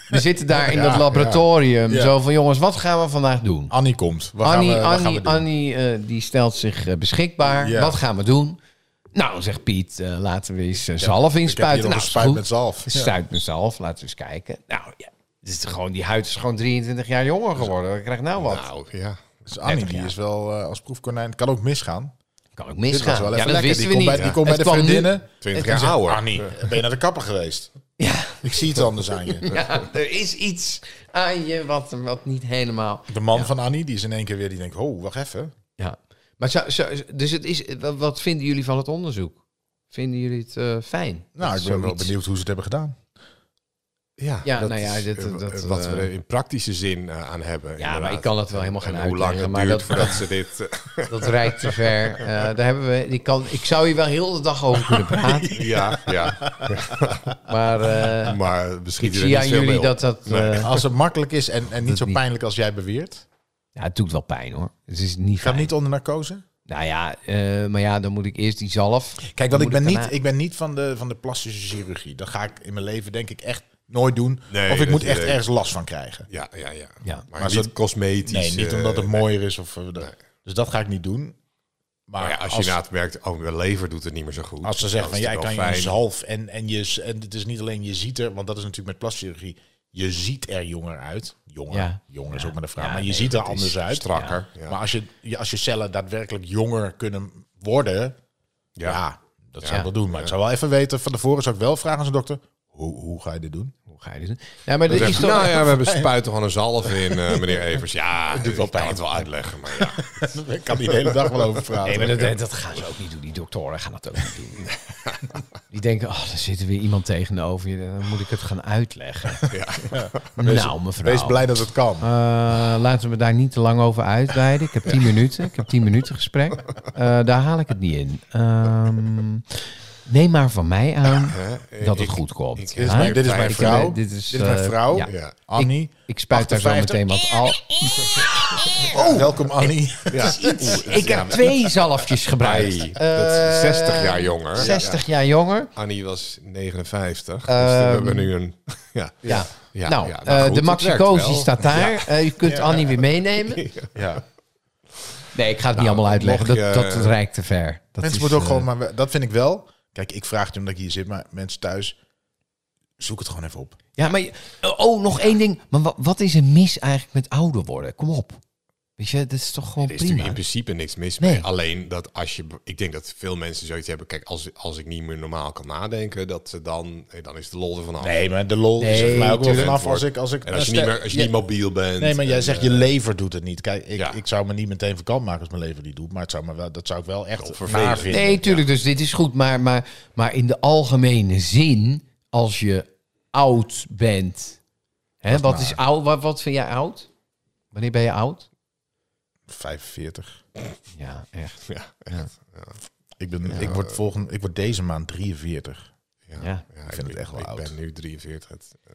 We zitten daar in
Ja,
dat laboratorium.
ja.
Zo van, jongens, wat gaan we vandaag doen?
Annie komt. Wat
Annie,
gaan we, wat gaan
Annie,
we doen?
Annie eh, die stelt zich eh, beschikbaar.
Ja.
Wat gaan we doen? Nou, zegt Piet, eh, laten we eens eh, zalf
Ik heb hier
inspuiten.
nog
Nou,
een
is
spuit
goed.
met zalf. Ja.
Stuit mezelf, laten we eens kijken. Nou, ja. Dit is gewoon, die huid is gewoon 23 jaar jonger geworden. Ik krijg nou wat.
Nou, ja.
Dus Annie
30
die
jaar.
is wel eh, als proefkonijn. Het kan ook misgaan.
kan ook
Dit was
misgaan.
wel
ja,
even
dat
lekker.
wisten
die
we
komt
niet.
bij, die komt
Het
bij de
kwam nu-
vriendinnen.
20
En
jaar
zegt,
ouder.
Annie, ben je naar de kapper geweest?
Ja.
Ik zie het anders aan je.
Ja, er is iets aan je wat, wat niet helemaal.
De man van Annie, die is in één keer weer, die denkt, oh, wacht even.
Ja. Maar zo, zo, dus het is, wa- wat vinden jullie van het onderzoek? Vinden jullie het eh, fijn?
Nou,
Dat
ik ben wel
zoiets-
benieuwd hoe ze het hebben gedaan.
Ja,
Ja,
dat
nou ja,
is,
dit-
eh,
dat,
wat we
eh,
er in praktische zin eh, aan hebben.
Ja, maar
inderdaad.
ik kan het wel helemaal gaan
En hoe lang
uitleggen.
het
Maar
duurt
dat,
voordat ze dit... eh,
dat rijdt te ver. Eh, daar hebben we, die kan, ik zou hier wel heel de dag over kunnen praten.
ja, ja,
Maar eh,
maar misschien
ik zie aan jullie dat dat...
Nee.
eh,
Als het makkelijk is en, en niet zo
niet.
pijnlijk als jij beweert.
ja, het doet wel pijn hoor. Het is niet
Gaat
fijn.
niet onder narcose?
Nou ja, eh, maar ja, dan moet ik eerst die zalf.
Kijk, want
Dan
ik ben,
moet
niet,
daarna-
ik ben niet van de, van de plastische chirurgie. Dat ga ik in mijn leven denk ik echt nooit doen.
Nee,
of ik
dat
moet
is
echt
leuk.
ergens last van krijgen.
Ja, ja, ja.
Ja.
Maar,
Maar
niet
zo-
cosmetisch.
Nee, niet
eh,
omdat het mooier is. Of, eh, dat- Dus dat ga ik niet doen. Maar
nou ja, als je inderdaad merkt, oh, mijn lever doet het niet meer zo goed.
als ze
dan
zeggen van
is
jij
het
kan
wel
je een
fijn.
zalf en, en, je, s- en het is niet alleen je ziet er, want dat is natuurlijk met plastische chirurgie. Je ziet er jonger uit. Jonger,
Ja.
jonger is ook maar de vraag.
Ja,
maar je
nee,
ziet er
dat is
anders uit.
strakker, Ja. ja.
Maar als je, je- als je cellen daadwerkelijk jonger kunnen worden, Ja,
Ja.
dat
Ja.
zou ik wel doen. Maar ik zou wel even weten, van tevoren zou ik wel vragen aan zijn dokter, hoe, hoe ga je dit doen?
Hoe ga je dit doen? Nou, maar
Dan
er is
zegt,
toch...
nou ja, we hebben spuiten gewoon een zalf in, eh, meneer Evers. Ja, ik
wel
kan
pijn.
het wel uitleggen, maar ja.
Ik kan die de hele dag wel over praten.
Nee, maar dat, dat gaan ze ook niet doen. Die doktoren gaan dat ook niet doen. Die denken, oh, daar zit weer iemand tegenover je. Dan moet ik het gaan uitleggen. Nou, mevrouw.
Wees blij dat het kan.
Eh, laten we daar niet te lang over uitweiden. Ik heb tien minuten. Ik heb tien minuten gesprek. Eh, daar haal ik het niet in. Ehm, neem maar van mij aan
Hè?
dat het
Eh, Ik-
goed komt.
ik-
Ja?
dit, is mijn, dit is mijn
Ik-
vrouw.
dit is,
mijn
eh,
vrouw.
ja.
Ja.
Annie.
Ik spuit daar zo
58.
meteen wat al.
Oh, welkom Annie.
Ah, Ja.
Ik heb twee Eh, zalfjes gebruikt.
Ai, dat is 60 jaar jonger.
60 jaar jonger.
Ja. Annie was 59, dus we
Ehm,
hebben nu een... Ja,
Ja.
Ja,
nou,
ja, nou
eh,
goed,
de
het
Maxi
werkt
Cozy
wel.
staat daar. Eh, je kunt Annie weer meenemen.
Ja.
Nee, ik ga het niet allemaal uitleggen. Dat,
mocht je-
dat reikt te ver. Dat
Mensen
is,
moeten ook
eh,
gewoon, maar we- dat vind ik wel. Kijk, ik vraag het omdat ik hier zit, maar mensen thuis, zoek het gewoon even op.
Ja, maar... je- Oh, nog één ding. Maar wa- wat is er mis eigenlijk met ouder worden? Kom op. Weet je, dat is toch gewoon
Er is
prima.
natuurlijk in principe niks mis
Nee.
mee. Alleen dat als je... Ik denk dat veel mensen zoiets hebben. Kijk, als, als ik niet meer normaal kan nadenken, dat ze dan... eh, Dan is de lol er vanaf.
Nee, maar de lol is
Nee,
er mij ook wel
tuurlijk.
vanaf als ik... Als ik
En als je,
stel-
niet, meer, als je
Ja,
niet mobiel bent.
Nee, maar jij
en,
zegt
eh,
je lever doet het niet. Kijk, ik,
Ja.
ik zou me niet meteen vakant maken als mijn lever die doet. Maar het zou me wel, dat zou ik wel echt
Wel
vervelend
vervelend.
vinden.
Nee, tuurlijk. Dus dit is goed. Maar, maar, maar in de algemene zin, als je oud bent. Hè, wat, is oud, wat, wat vind jij oud? Wanneer ben je oud?
45.
Ja, echt.
Ja,
Ik, ben, ik, word volgende, ik word deze maand 43.
ja,
Ja.
ik
vind het echt wel
ik
oud.
ben nu 43. Het, eh,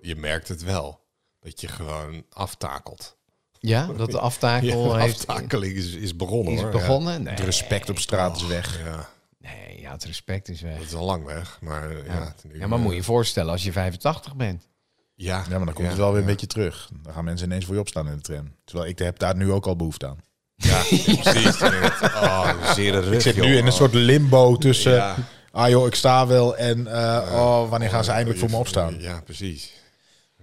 je merkt het wel. Dat je gewoon aftakelt.
Ja, dat de
Ja,
aftakel
de
heeft
aftakeling is, is begonnen
is
hoor.
begonnen.
Het
Nee,
respect op straat is weg.
Ja. Ja,
nee, ja, het respect is
dat
weg.
is al lang weg. Maar eh, ja,
Ja.
het nu,
Ja, maar
eh,
moet je je voorstellen als je 85 bent.
Ja,
Ja, maar dan komt
ja,
het wel weer een
ja.
beetje terug. Dan gaan mensen ineens voor je opstaan in de tram. Terwijl ik heb daar nu ook al behoefte aan.
Ja, precies. Oh, zere rug,
Ik zit nu
joh.
in een soort limbo tussen...
Ja.
Ah joh, ik sta wel en eh, oh, wanneer gaan ze eindelijk voor me
Je-
opstaan?
Ja, precies.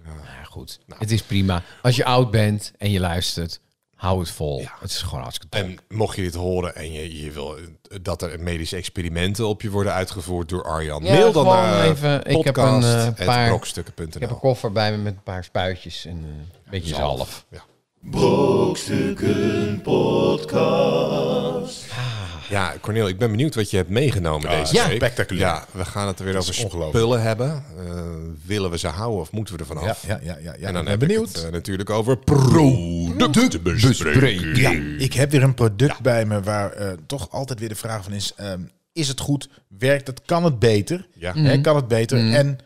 Nou ja, goed, het is prima. Als je oud bent en je luistert, hou het vol.
Ja.
Het is gewoon hartstikke top.
En mocht je dit horen en je, je wil eh, dat er medische experimenten op je worden uitgevoerd door Arjan,
Ja,
mail dan
gewoon
naar
even- ik heb
podcast
een, eh,
at
paar-
brokstukken.nl.
Ik heb een koffer bij me met een paar spuitjes en eh, een beetje zalf.
Ja.
Brokstukken Podcast.
ja, Cornel, ik ben benieuwd wat je hebt meegenomen deze
ja.
week.
Ah, spectaculair.
Ja, we gaan het er weer over
ongelooflijk.
spullen hebben. Eh, willen we ze houden of moeten we ervan
Ja,
af?
ja, ja, ja. ja.
En
ik
dan
ben
heb
benieuwd.
ik het eh, natuurlijk over productbespreking.
ja, ik heb weer een product bij me waar eh, toch altijd weer de vraag van is: ehm, is het goed? Werkt het? Kan het beter?
Ja.
Mhm.
Hè, kan het beter? En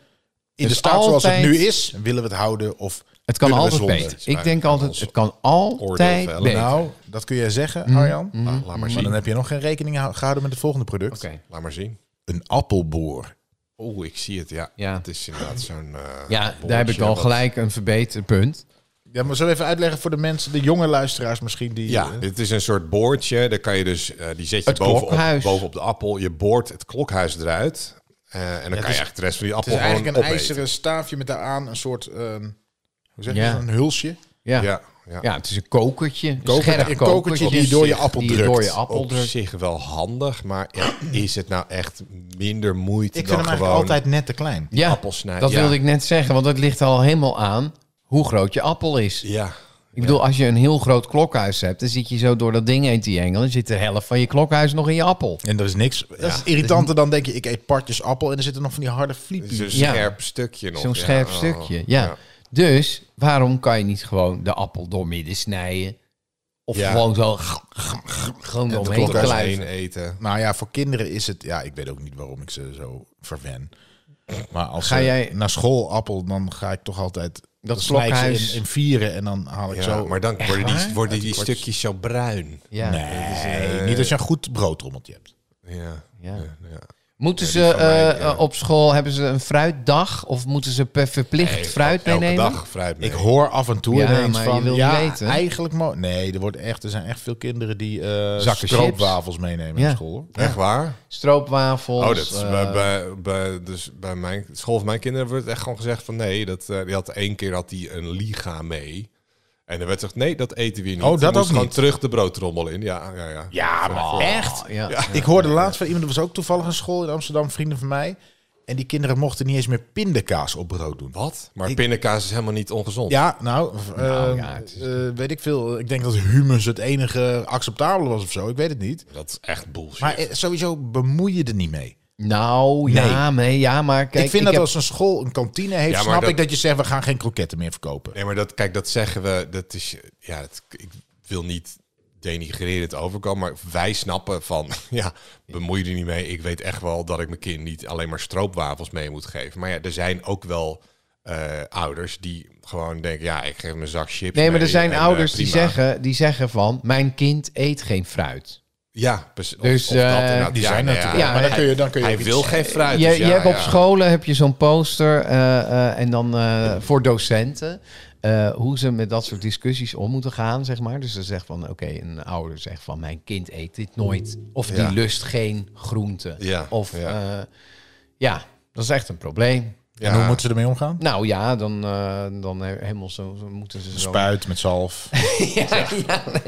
in de staat zoals het
altijd-
nu is, willen we het houden of
Het kan
kunnen we
altijd
zonder?
beter.
is
Ik denk
eigenlijk
altijd,
ons
het kan altijd
oordeel vellen.
beter. Mhm.
Nou, dat kun jij zeggen, Arjan.
Ah, laat maar
Mm. Maar
zien.
dan heb je nog geen rekening hou- gehouden met het volgende product:
Oké.
Laat maar zien.
een appelboor.
Oeh, ik zie het, ja.
Ja.
Het is inderdaad zo'n... eh,
Ja, daar heb
bolletje
ik al
wat-
gelijk een verbeterd punt.
Ja, maar zo even uitleggen voor de mensen, de jonge luisteraars misschien die.
Ja,
eh,
het is een soort boordje. Daar kan je dus, eh, die zet je
Het
bovenop,
klokhuis.
bovenop de appel. Je boort het klokhuis eruit. Eh, en dan kan je
is-
eigenlijk de rest van die
Het
appel
is
gewoon
eigenlijk een
opeten.
ijzeren staafje met daaraan een soort, ehm, hoe zeg je
Ja.
dat, een hulsje.
Ja. Ja.
Ja, ja.
het is een kokertje. Een
Kokertje,
scherp
een kokertje die
dus,
door je appel
die
drukt.
door je appel
Op
drukt.
zich wel handig, maar ja, is het nou echt minder moeite
Ik vind
dan
hem eigenlijk
gewoon...
altijd net te klein.
Ja,
appel snijden,
dat
ja.
wilde ik net zeggen, want het ligt al helemaal aan hoe groot je appel is.
Ja,
Ik bedoel, als je een heel groot klokhuis hebt, dan zit je zo door dat ding heen te jengelen. Dan zit de helft van je klokhuis nog in je appel.
En dat is niks. Dat is irritanter dan denk je, ik eet partjes appel en er zitten nog van die harde
het is
fliepjes.
een
Ja.
Dus scherp stukje nog.
Zo'n
ja.
scherp
Oh,
stukje, ja. Dus waarom kan je niet gewoon de appel doormidden snijden? Of
Ja.
gewoon zo... Gewoon
de
doorheen
Klokhuis
kluiven.
heen eten.
Nou ja, voor kinderen is het, ja, ik weet ook niet waarom ik ze zo verwen. Maar als
Ga
ze
jij-
naar school appel, dan ga ik toch altijd dan snij ik ze
klokhuis-
in, in vieren en dan haal ik
Ja,
zo.
maar dan worden die,
waar?
worden die stukjes zo bruin.
Ja.
nee, niet als je een goed broodrommeltje hebt.
Ja,
Ja.
ja.
Moeten ze
van mij,
eh,
ja.
eh, op school, hebben ze een fruitdag? Of moeten ze per verplicht fruit
elke
meenemen?
dag fruit mee.
Ik hoor af en toe
Ja,
ineens
maar je
van,
wil
ja,
niet weten.
eigenlijk mo- Nee, er, wordt echt, er zijn echt veel kinderen die eh
Zakken
stroopwafels meenemen
Ja.
naar school. hoor.
Echt waar?
Stroopwafels.
Oh, dat is
eh,
bij, bij, bij- dus bij mijn school van mijn kinderen wordt echt gewoon gezegd van nee, dat, eh, die had één keer had hij een liga mee. En dan werd gezegd, nee, dat eten we hier niet.
Oh, dat
Die moest
ook
gewoon
niet.
terug de broodtrommel in. Ja, ja, ja.
Ja, maar echt?
ja.
Ik hoorde laatst van iemand, er was ook toevallig een school in Amsterdam, vrienden van mij. En die kinderen mochten niet eens meer pindakaas op brood doen.
Wat? Maar pindakaas is helemaal niet ongezond.
Ja, nou, eh,
ja, het is-
eh, weet ik veel. Ik denk dat humus het enige acceptabele was of zo. Ik weet het niet.
Dat is echt bullshit.
Maar eh, sowieso bemoei je er niet mee.
Nou, ja, nee, ja, maar kijk...
ik vind dat
heb-
als een school een kantine heeft,
Ja, maar
snap
dat-
ik dat je zegt, we gaan geen kroketten meer verkopen.
Nee, maar dat, kijk, dat zeggen we, dat is, ja, dat, ik wil niet denigrerend overkomen, maar wij snappen van, ja, bemoei je er niet mee. Ik weet echt wel dat ik mijn kind niet alleen maar stroopwafels mee moet geven. Maar ja, er zijn ook wel eh, ouders die gewoon denken, ja, ik geef hem een zak chips
Nee, maar er
mee
zijn
en, eh,
ouders die,
prima.
zeggen, die zeggen van... Mijn kind eet geen fruit.
Ja, precies. Of-
Dus,
of dat
eh,
inderdaad.
Die
Ja,
zijn
nou
natuurlijk.
ja,
maar dan
hij-
kun je, dan kun je
Hij
ook iets-
wil geen fruit.
je,
dus
je
ja,
hebt op
ja.
scholen heb je zo'n poster eh, eh, en dan eh, voor docenten. eh, hoe ze met dat soort discussies om moeten gaan, zeg maar. Dus ze zegt van, oké, een ouder zegt van... mijn kind eet dit nooit. Of die
Ja.
lust geen groente.
Ja,
Of,
ja.
eh, ja, dat is echt een probleem.
En hoe moeten ze ermee omgaan?
Nou ja, dan, eh, dan he- helemaal zo, zo moeten ze zo...
Spuit met zalf.
Ja, ja, nee. nee, maar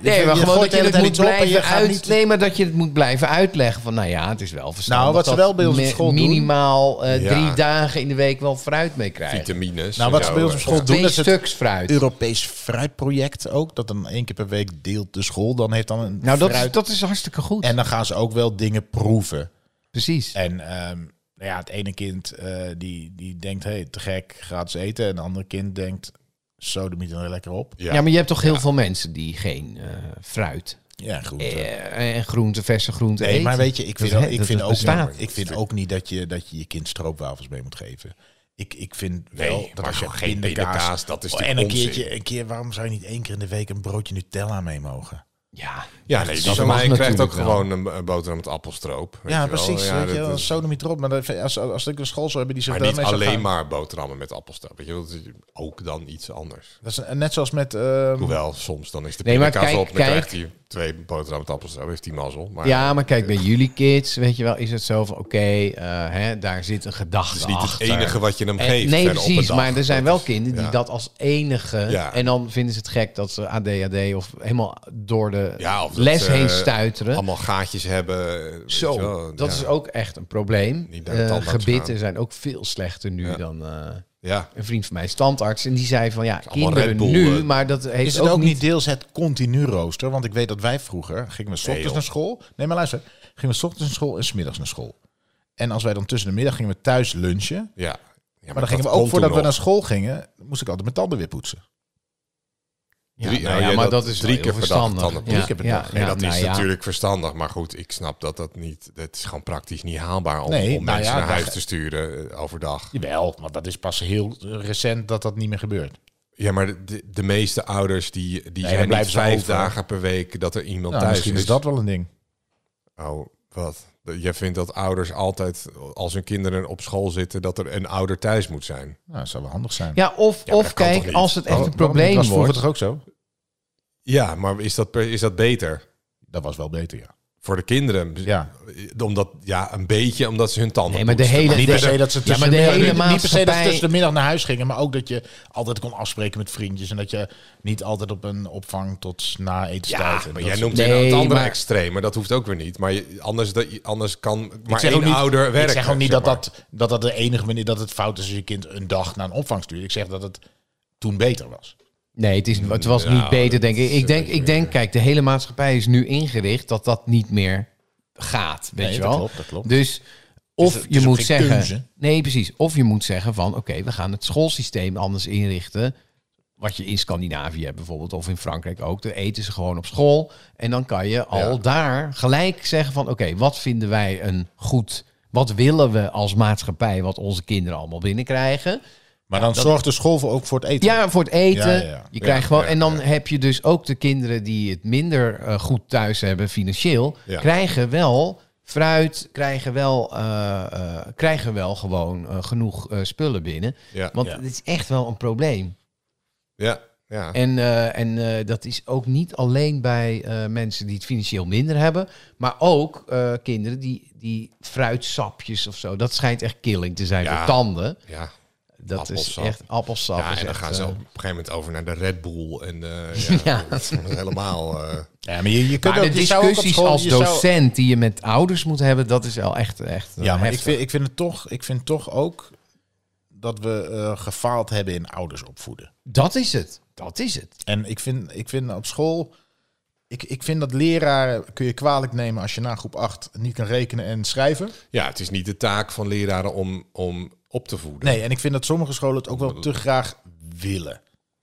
Dus je
gewoon
gooit
dat
de hele
je het
tijd
moet
iets op en je
blijven
gaat
uit...
niet-
Nee, maar dat je het moet blijven uitleggen van... Nou ja, het is wel verstandig
Nou, wat ze
dat
wel bij ons op
me-
school doen-
minimaal eh,
Ja.
drie dagen in de week wel fruit mee krijgen.
Vitamines.
Nou,
en
wat ze
zo,
bij ons
eh,
op school doen
Twee
is het
stuks fruit.
Europees fruitproject ook. Dat dan één keer per week deelt de school. Dan heeft dan een
nou, dat, is,
fruit.
dat is hartstikke goed.
En dan gaan ze ook wel dingen proeven.
Precies.
En ehm, nou ja, het ene kind eh, die, die denkt, hé, hey, te gek, gratis eten. En het andere kind denkt, zo, de er lekker op.
Ja.
Ja, maar je hebt toch heel veel mensen die geen eh, fruit
Ja, goed.
eh, en groente, verse groente
Nee,
eten.
maar weet je, ik
Dat-
vind, ook-
dat-
ik
dat
vind,
bestaat.
ook, ik vind ook niet dat je, dat je je kind stroopwafels mee moet geven. Ik, ik vind wel
Nee,
dat
maar
als je
gewoon geen pindakaas, dat is
Oh, en
natuurlijk
een
onzin.
keertje, een keer, waarom zou je niet één keer in de week een broodje Nutella mee mogen?
Ja,
Ja, nee, die
dat
van
mag
mij krijgt
natuurlijk
ook
wel.
gewoon een eh, boterham met appelstroop. weet
ja,
je wel.
precies. weet je,
dat
wel,
is-
sodomiet erop. Maar dat vind- als, als ik een school zou hebben die zich
maar niet
daarmee zou
alleen
gaan-
maar boterhammen met appelstroop. Weet je, wel, dat is ook dan iets anders.
Dat is net zoals met... ehm,
Hoewel, soms dan is de
Nee, maar
pindakaas
kijk,
op en dan
kijk.
krijgt hij twee boterhammen met appelstroop. Heeft hij mazzel. Maar
ja, maar kijk, bij jullie kids, weet je wel, is het zo van... Oké, eh, hè, daar zit een gedachte
het is niet het
achter.
enige wat je hem
En-
geeft.
eh, nee,
verder op een
precies.
dag.
Maar er zijn
Dat
wel
is-
kinderen die
ja.
dat als enige.
Ja.
En dan vinden ze het gek dat ze ADHD of helemaal door de
Ja, of dat
les
ze,
heen
eh,
stuiteren.
Allemaal gaatjes hebben. weet
Zo,
je wel,
dat
ja.
is ook echt een probleem.
Niet naar de
Eh,
tandarts
gebitten
gaan.
zijn ook veel slechter nu
Ja.
dan. eh,
Ja.
een vriend van mij is tandarts. En die zei van ja,
allemaal
kinderen
Red Bull,
nu,
eh,
maar dat heeft
Is het ook niet deels het continu rooster? Want ik weet dat wij vroeger gingen we 's ochtends
joh.
naar school. Nee, maar luister. Gingen we 's ochtends naar school en 's middags naar school. En als wij dan tussen de middag gingen we thuis lunchen.
Ja.
Maar,
Ja,
dan gingen we
dat
ook
kon
voordat
toen
we
nog.
naar school gingen, moest ik altijd mijn tanden weer poetsen.
Ja,
Drie-
nou
nou
ja,
ja,
maar
dat
dat is
drie
wel
keer
heel
per dag
verstandig.
tandenpoetsen.
Ja,
Drie keer per
ja,
dag.
Nee,
ja,
dat
nou
is
ja.
natuurlijk verstandig. Maar goed, ik snap dat dat niet... Het is gewoon praktisch niet haalbaar om,
Nee,
om
nou
mensen
ja,
naar
daar-
huis te sturen eh, overdag.
Jawel, maar dat is pas heel eh, recent dat dat niet meer gebeurt.
Ja, maar de- de, de meeste ouders die, die
dan
zijn niet
blijven ze
vijf
over.
dagen per week dat er iemand
Nou,
thuis
misschien is dat wel een ding.
Oh, wat? Jij vindt dat ouders altijd, als hun kinderen op school zitten, dat er een ouder thuis moet zijn.
Nou, dat zou wel handig zijn.
Ja, of,
maar
of
dat kan toch
kijk,
niet?
als het echt
Waarom-
een
waarom niet?
probleem
Oh, was vroeger
wordt.
toch ook zo?
Ja, maar is dat, per- is dat beter?
Dat was wel beter, ja.
Voor de kinderen?
Ja.
Omdat, ja, een beetje omdat ze hun tanden
Nee, maar de
poetsten.
hele-
Maar
Niet
niet
per
per
se dat ze
Ja, maar
tussen
de
de
hele
middag, niet per se dat ze
maatschappij-
tussen de middag naar huis gingen, maar ook dat je altijd kon afspreken met vriendjes en dat je niet altijd op een opvang tot na
Ja,
etenstijd. en
maar
dat
jij
soort-
noemt
Nee,
weer het andere
maar-
extreem, maar dat hoeft ook weer niet. Maar je- anders, dat, je- anders kan
Ik
maar
zeg
één
ook niet-
ouder werken.
Ik zeg ook niet
zeg
dat,
maar.
dat, dat dat de enige manier dat het fout is als je kind een dag naar een opvang stuurt. Ik zeg dat het toen beter was.
Nee, het, is,
Hmm,
het was niet
Nou,
beter,
dat
denk ik.
is
Ik
een
denk,
beetje
ik denk, kijk, de hele maatschappij is nu ingericht dat dat niet meer gaat. Weet
Nee,
je
dat
wel?
klopt, dat klopt.
Dus
is-
of
het
je
is ook
moet
geen
zeggen.
keuze.
Nee, precies. Of je moet zeggen van oké, we gaan het schoolsysteem anders inrichten. Wat je in Scandinavië hebt bijvoorbeeld, of in Frankrijk ook. Dan eten ze gewoon op school. En dan kan je al
Ja.
daar gelijk zeggen van oké, wat vinden wij een goed. Wat willen we als maatschappij wat onze kinderen allemaal binnenkrijgen?
Maar dan zorgt de school voor ook voor het eten.
Ja, voor het eten.
Ja, ja, ja.
Je krijgt
Ja,
gewoon,
ja,
en dan
ja.
heb je dus ook de kinderen die het minder eh, goed thuis hebben financieel,
Ja.
krijgen wel fruit, krijgen wel, eh, eh, krijgen wel gewoon eh, genoeg eh, spullen binnen.
Ja,
Want
Ja.
het is echt wel een probleem.
ja, ja.
En, eh, en eh, dat is ook niet alleen bij eh, mensen die het financieel minder hebben, maar ook eh, kinderen die, die fruitsapjes of zo. Dat schijnt echt killing te zijn
Ja.
voor tanden.
ja.
Dat
Appelsap.
is echt appelsap.
ja,
is
en dan
echt,
gaan ze
eh,
op een gegeven moment over naar de Red Bull. En eh, ja, dat is helemaal... eh,
Ja, maar je, je kunt
Maar
ook,
de
je zou ook op
discussies
school-
als
je zou-
docent die je met ouders moet hebben, dat is wel echt, echt
ja,
eh, ja,
maar ik vind, ik, vind het toch, ik vind toch ook dat we eh, gefaald hebben in ouders opvoeden.
Dat is het. Dat is het.
En ik vind, ik vind op school. Ik, ik vind dat leraren kun je kwalijk nemen als je na groep 8 niet kan rekenen en schrijven.
Ja, het is niet de taak van leraren om, om op te voeden.
Nee, en ik vind dat sommige scholen het ook wel te graag willen.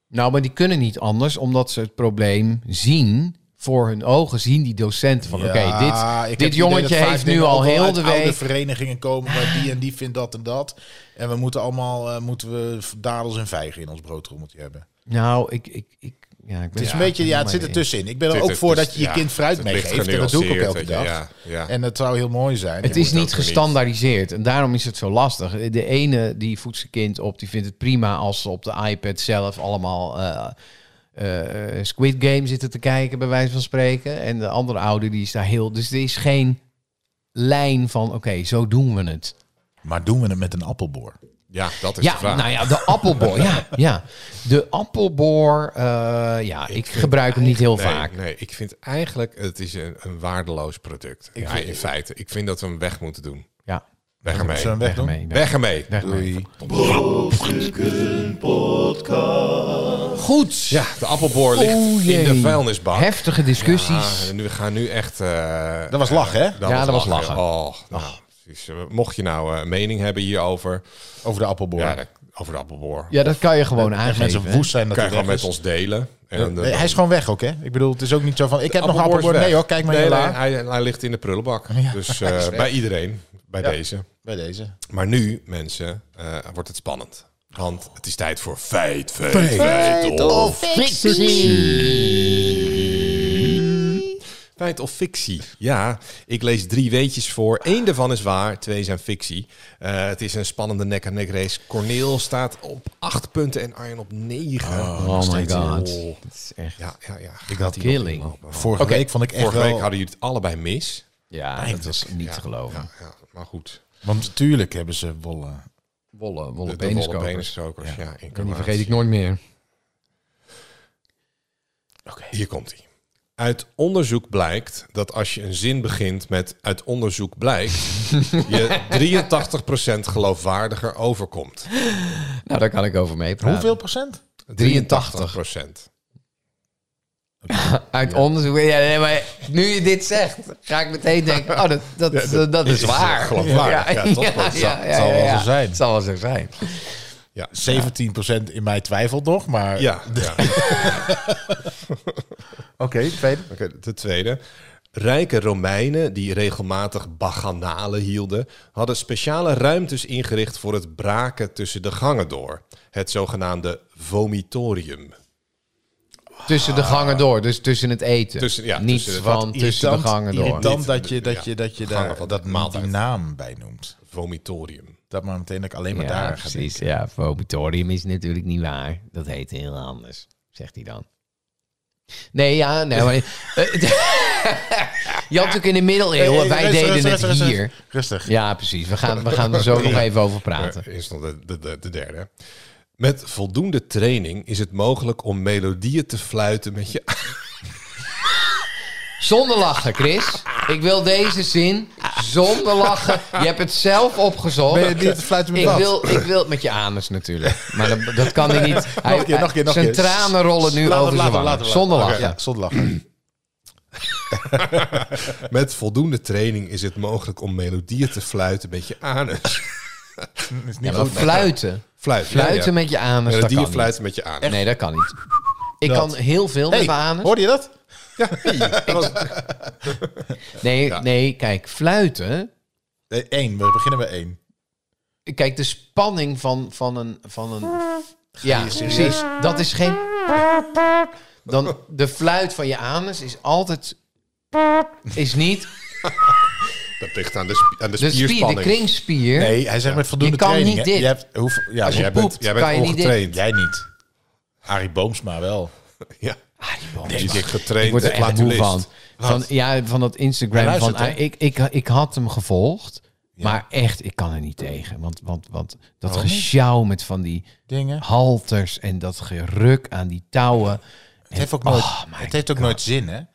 Nou, maar die kunnen niet anders, omdat ze het probleem zien voor hun ogen. Zien die docenten van,
Ja,
oké,
ik heb het
dit,
idee
dit
dat
jongetje
vaak
heeft nu
dingen ook
al
wel
heel
uit
de
oude
week...
verenigingen komen waar die en die vindt dat en dat. En we moeten allemaal eh, moeten we dadels en vijgen in ons broodrommeltje hebben.
Nou, ik... ik, ik ja, ik ben
Het is een
ja,
beetje, ja, het
maar
zit
ik-
ertussenin. Ik ben er
Zit
ook
het
voor
dus-
dat je je
ja,
kind fruit
het ligt
meegeeft. En dat doe ik ook elke
genuanceerd,
dag.
weet je, ja, ja.
En dat zou heel mooi zijn.
Het
moet
is
ook
niet
weer niet.
gestandaardiseerd en daarom is het zo lastig. De ene die voedt zijn kind op, die vindt het prima als ze op de iPad zelf allemaal eh, eh, Squid Game zitten te kijken, bij wijze van spreken. En de andere ouder die is daar heel. Dus er is geen lijn van: oké, zo doen we het.
Maar doen we het met een appelboor?
Ja, dat is
ja,
de vraag.
nou ja, de appelboor. ja, ja, de appelboor. eh, ja, ik, gebruik hem niet heel
nee,
vaak.
Nee, ik vind eigenlijk, het is een, een waardeloos product. ja, in feite. Ik vind dat we hem weg moeten doen.
Ja,
Weg ermee.
Zullen we hem
weg
wegdoen?
ermee. Weg,
Weg ermee.
weg ermee.
Brokstukken Podcast.
Goed.
Ja, de appelboor ligt
Oh,
in
jee.
de vuilnisbak.
Heftige discussies.
Ah, en nu we gaan nu echt... eh,
Dat was lachen, hè?
Ja, dat was lachen.
Oh, nou, precies. Mocht je nou eh, een mening hebben hierover,
Over de appelboor.
ja, dan- over de appelboor,
Ja, dat kan je gewoon
Echt
aangeven.
mensen woest zijn dat
kan je
hij
gewoon
weg
met
is. Eh,
ons delen. En, dan-
Nee, hij is gewoon weg ook, hè? Ik bedoel, het is ook niet zo van... Ik heb nog een
Appelboor is
appelboor.
weg.
Nee hoor, kijk maar in
nee,
je
nee,
la.
hij, hij ligt in de prullenbak. Dus eh, bij iedereen, bij deze.
Bij deze.
Maar nu, mensen, eh, wordt het spannend. Want het is tijd voor feit, feit, feit, of... Feit of fictie? Ja, ik lees drie weetjes voor. Eén daarvan is waar, twee zijn fictie. Eh, het is een spannende nek-aan-nek race. Corneel staat op acht punten en Arjen op negen.
Oh my god.
Oh.
Dat is echt
Ja, ja, ja. Ik had die
killing.
nog niet mogen.
Vorige week vond ik echt
Vorige
wel...
week hadden jullie het allebei mis.
Ja, dat was niet te geloven.
Ja, ja, maar goed.
Want natuurlijk hebben ze eh, wollen.
Wolle, wolle
De, de wollen
peniskopers.
peniskokers, Ja, in
En die
Kroatië.
vergeet ik nooit meer.
Hier komt hij. Uit onderzoek blijkt dat als je een zin begint met uit onderzoek blijkt, je 83% geloofwaardiger overkomt.
Nou, daar kan ik over mee praten.
Hoeveel procent?
83.
83%.
Uit onderzoek. Ja, nee, maar nu je dit zegt, ga ik meteen denken: oh, dat, dat, dat, is waar.
geloofwaardig. Ja, toch? Dat zal-
zal wel zo zijn.
Het zal wel zo zijn.
Ja.
17 procent in mij twijfelt nog, maar...
Ja, ja.
Oké, tweede.
Oké, de tweede. Rijke Romeinen die regelmatig bacchanalen hielden, hadden speciale ruimtes ingericht voor het braken tussen de gangen door. Het zogenaamde vomitorium.
Tussen de gangen door, dus tussen het eten.
Tussen- ja,
niet
tussen het-
van
wat
tussen de
irritant-
gangen door.
Dan
Niet-
dat je, dat
ja,
je, dat je
gangen
daar
van
dat
de maaltijd.
die naam bij noemt.
Vomitorium.
Dat maar meteen dat ik alleen maar
Ja,
daar ga
precies. Ja, vomitorium is natuurlijk niet waar. Dat heet heel anders, zegt hij dan. Nee, ja, nee, maar... Je had natuurlijk in de middeleeuwen,
Hey, hey,
wij
rustig,
deden
rustig,
het
rustig,
hier.
rustig. Rustig.
Ja, precies. We gaan, we gaan er zo nog even over praten.
Eh, Is nog de, de, de, de derde. Met voldoende training is het mogelijk om melodieën te fluiten met je
Zonder lachen, Chris. Ik wil deze zin zonder lachen. Je hebt het zelf opgezocht.
Ben je niet te fluiten met
ik
wat?
wil, ik wil met je anus natuurlijk. Maar dat, dat kan hij niet. Hij,
keer, nog een keer, nog een
zijn
keer.
tranen rollen nu
Laten we-
over zijn
laten we- laten we-
wangen. Zonder
Oké,
lachen.
ja, zonder lachen.
Met voldoende training is het mogelijk om melodieën te fluiten met je anus.
Is niet
Ja, maar
goed.
fluiten.
Fluiten,
Fluiten met je anus, dat
Melodieën
kan
fluiten met je anus.
niet. Nee, dat kan niet. Ik kan heel veel met
Hey,
mijn anus.
hoorde je dat?
Nee, nee, kijk, fluiten...
Nee, Eh, één. We beginnen bij één.
Kijk, de spanning van, van een... Van een ja, precies. Dat is geen... Dan, de fluit van je anus is altijd... Is niet
Dat ligt aan de, sp- aan de
de spier, de
spierspanning.
kringspier.
Nee, hij zegt met voldoende
Je kan
training.
niet
hè.
dit.
Je hebt, hoef, ja,
Als je
jij bent-
poept,
Jij bent
kan je niet
ongetraind.
Jij niet. Arie Boomsma wel.
Ja.
Nee,
Je
ik
bent getraind
word er echt moe
flatulist.
van. van ja, van dat Instagram.
Hij
van,
luistert,
ah,
hè?
ik, ik, ik had hem gevolgd. Maar echt, ik kan er niet tegen. Want, want, want dat gesjouw met van die
Dingen.
halters en dat geruk aan die touwen.
Het heeft ook nooit,
oh my
het heeft ook nooit zin, hè? Hij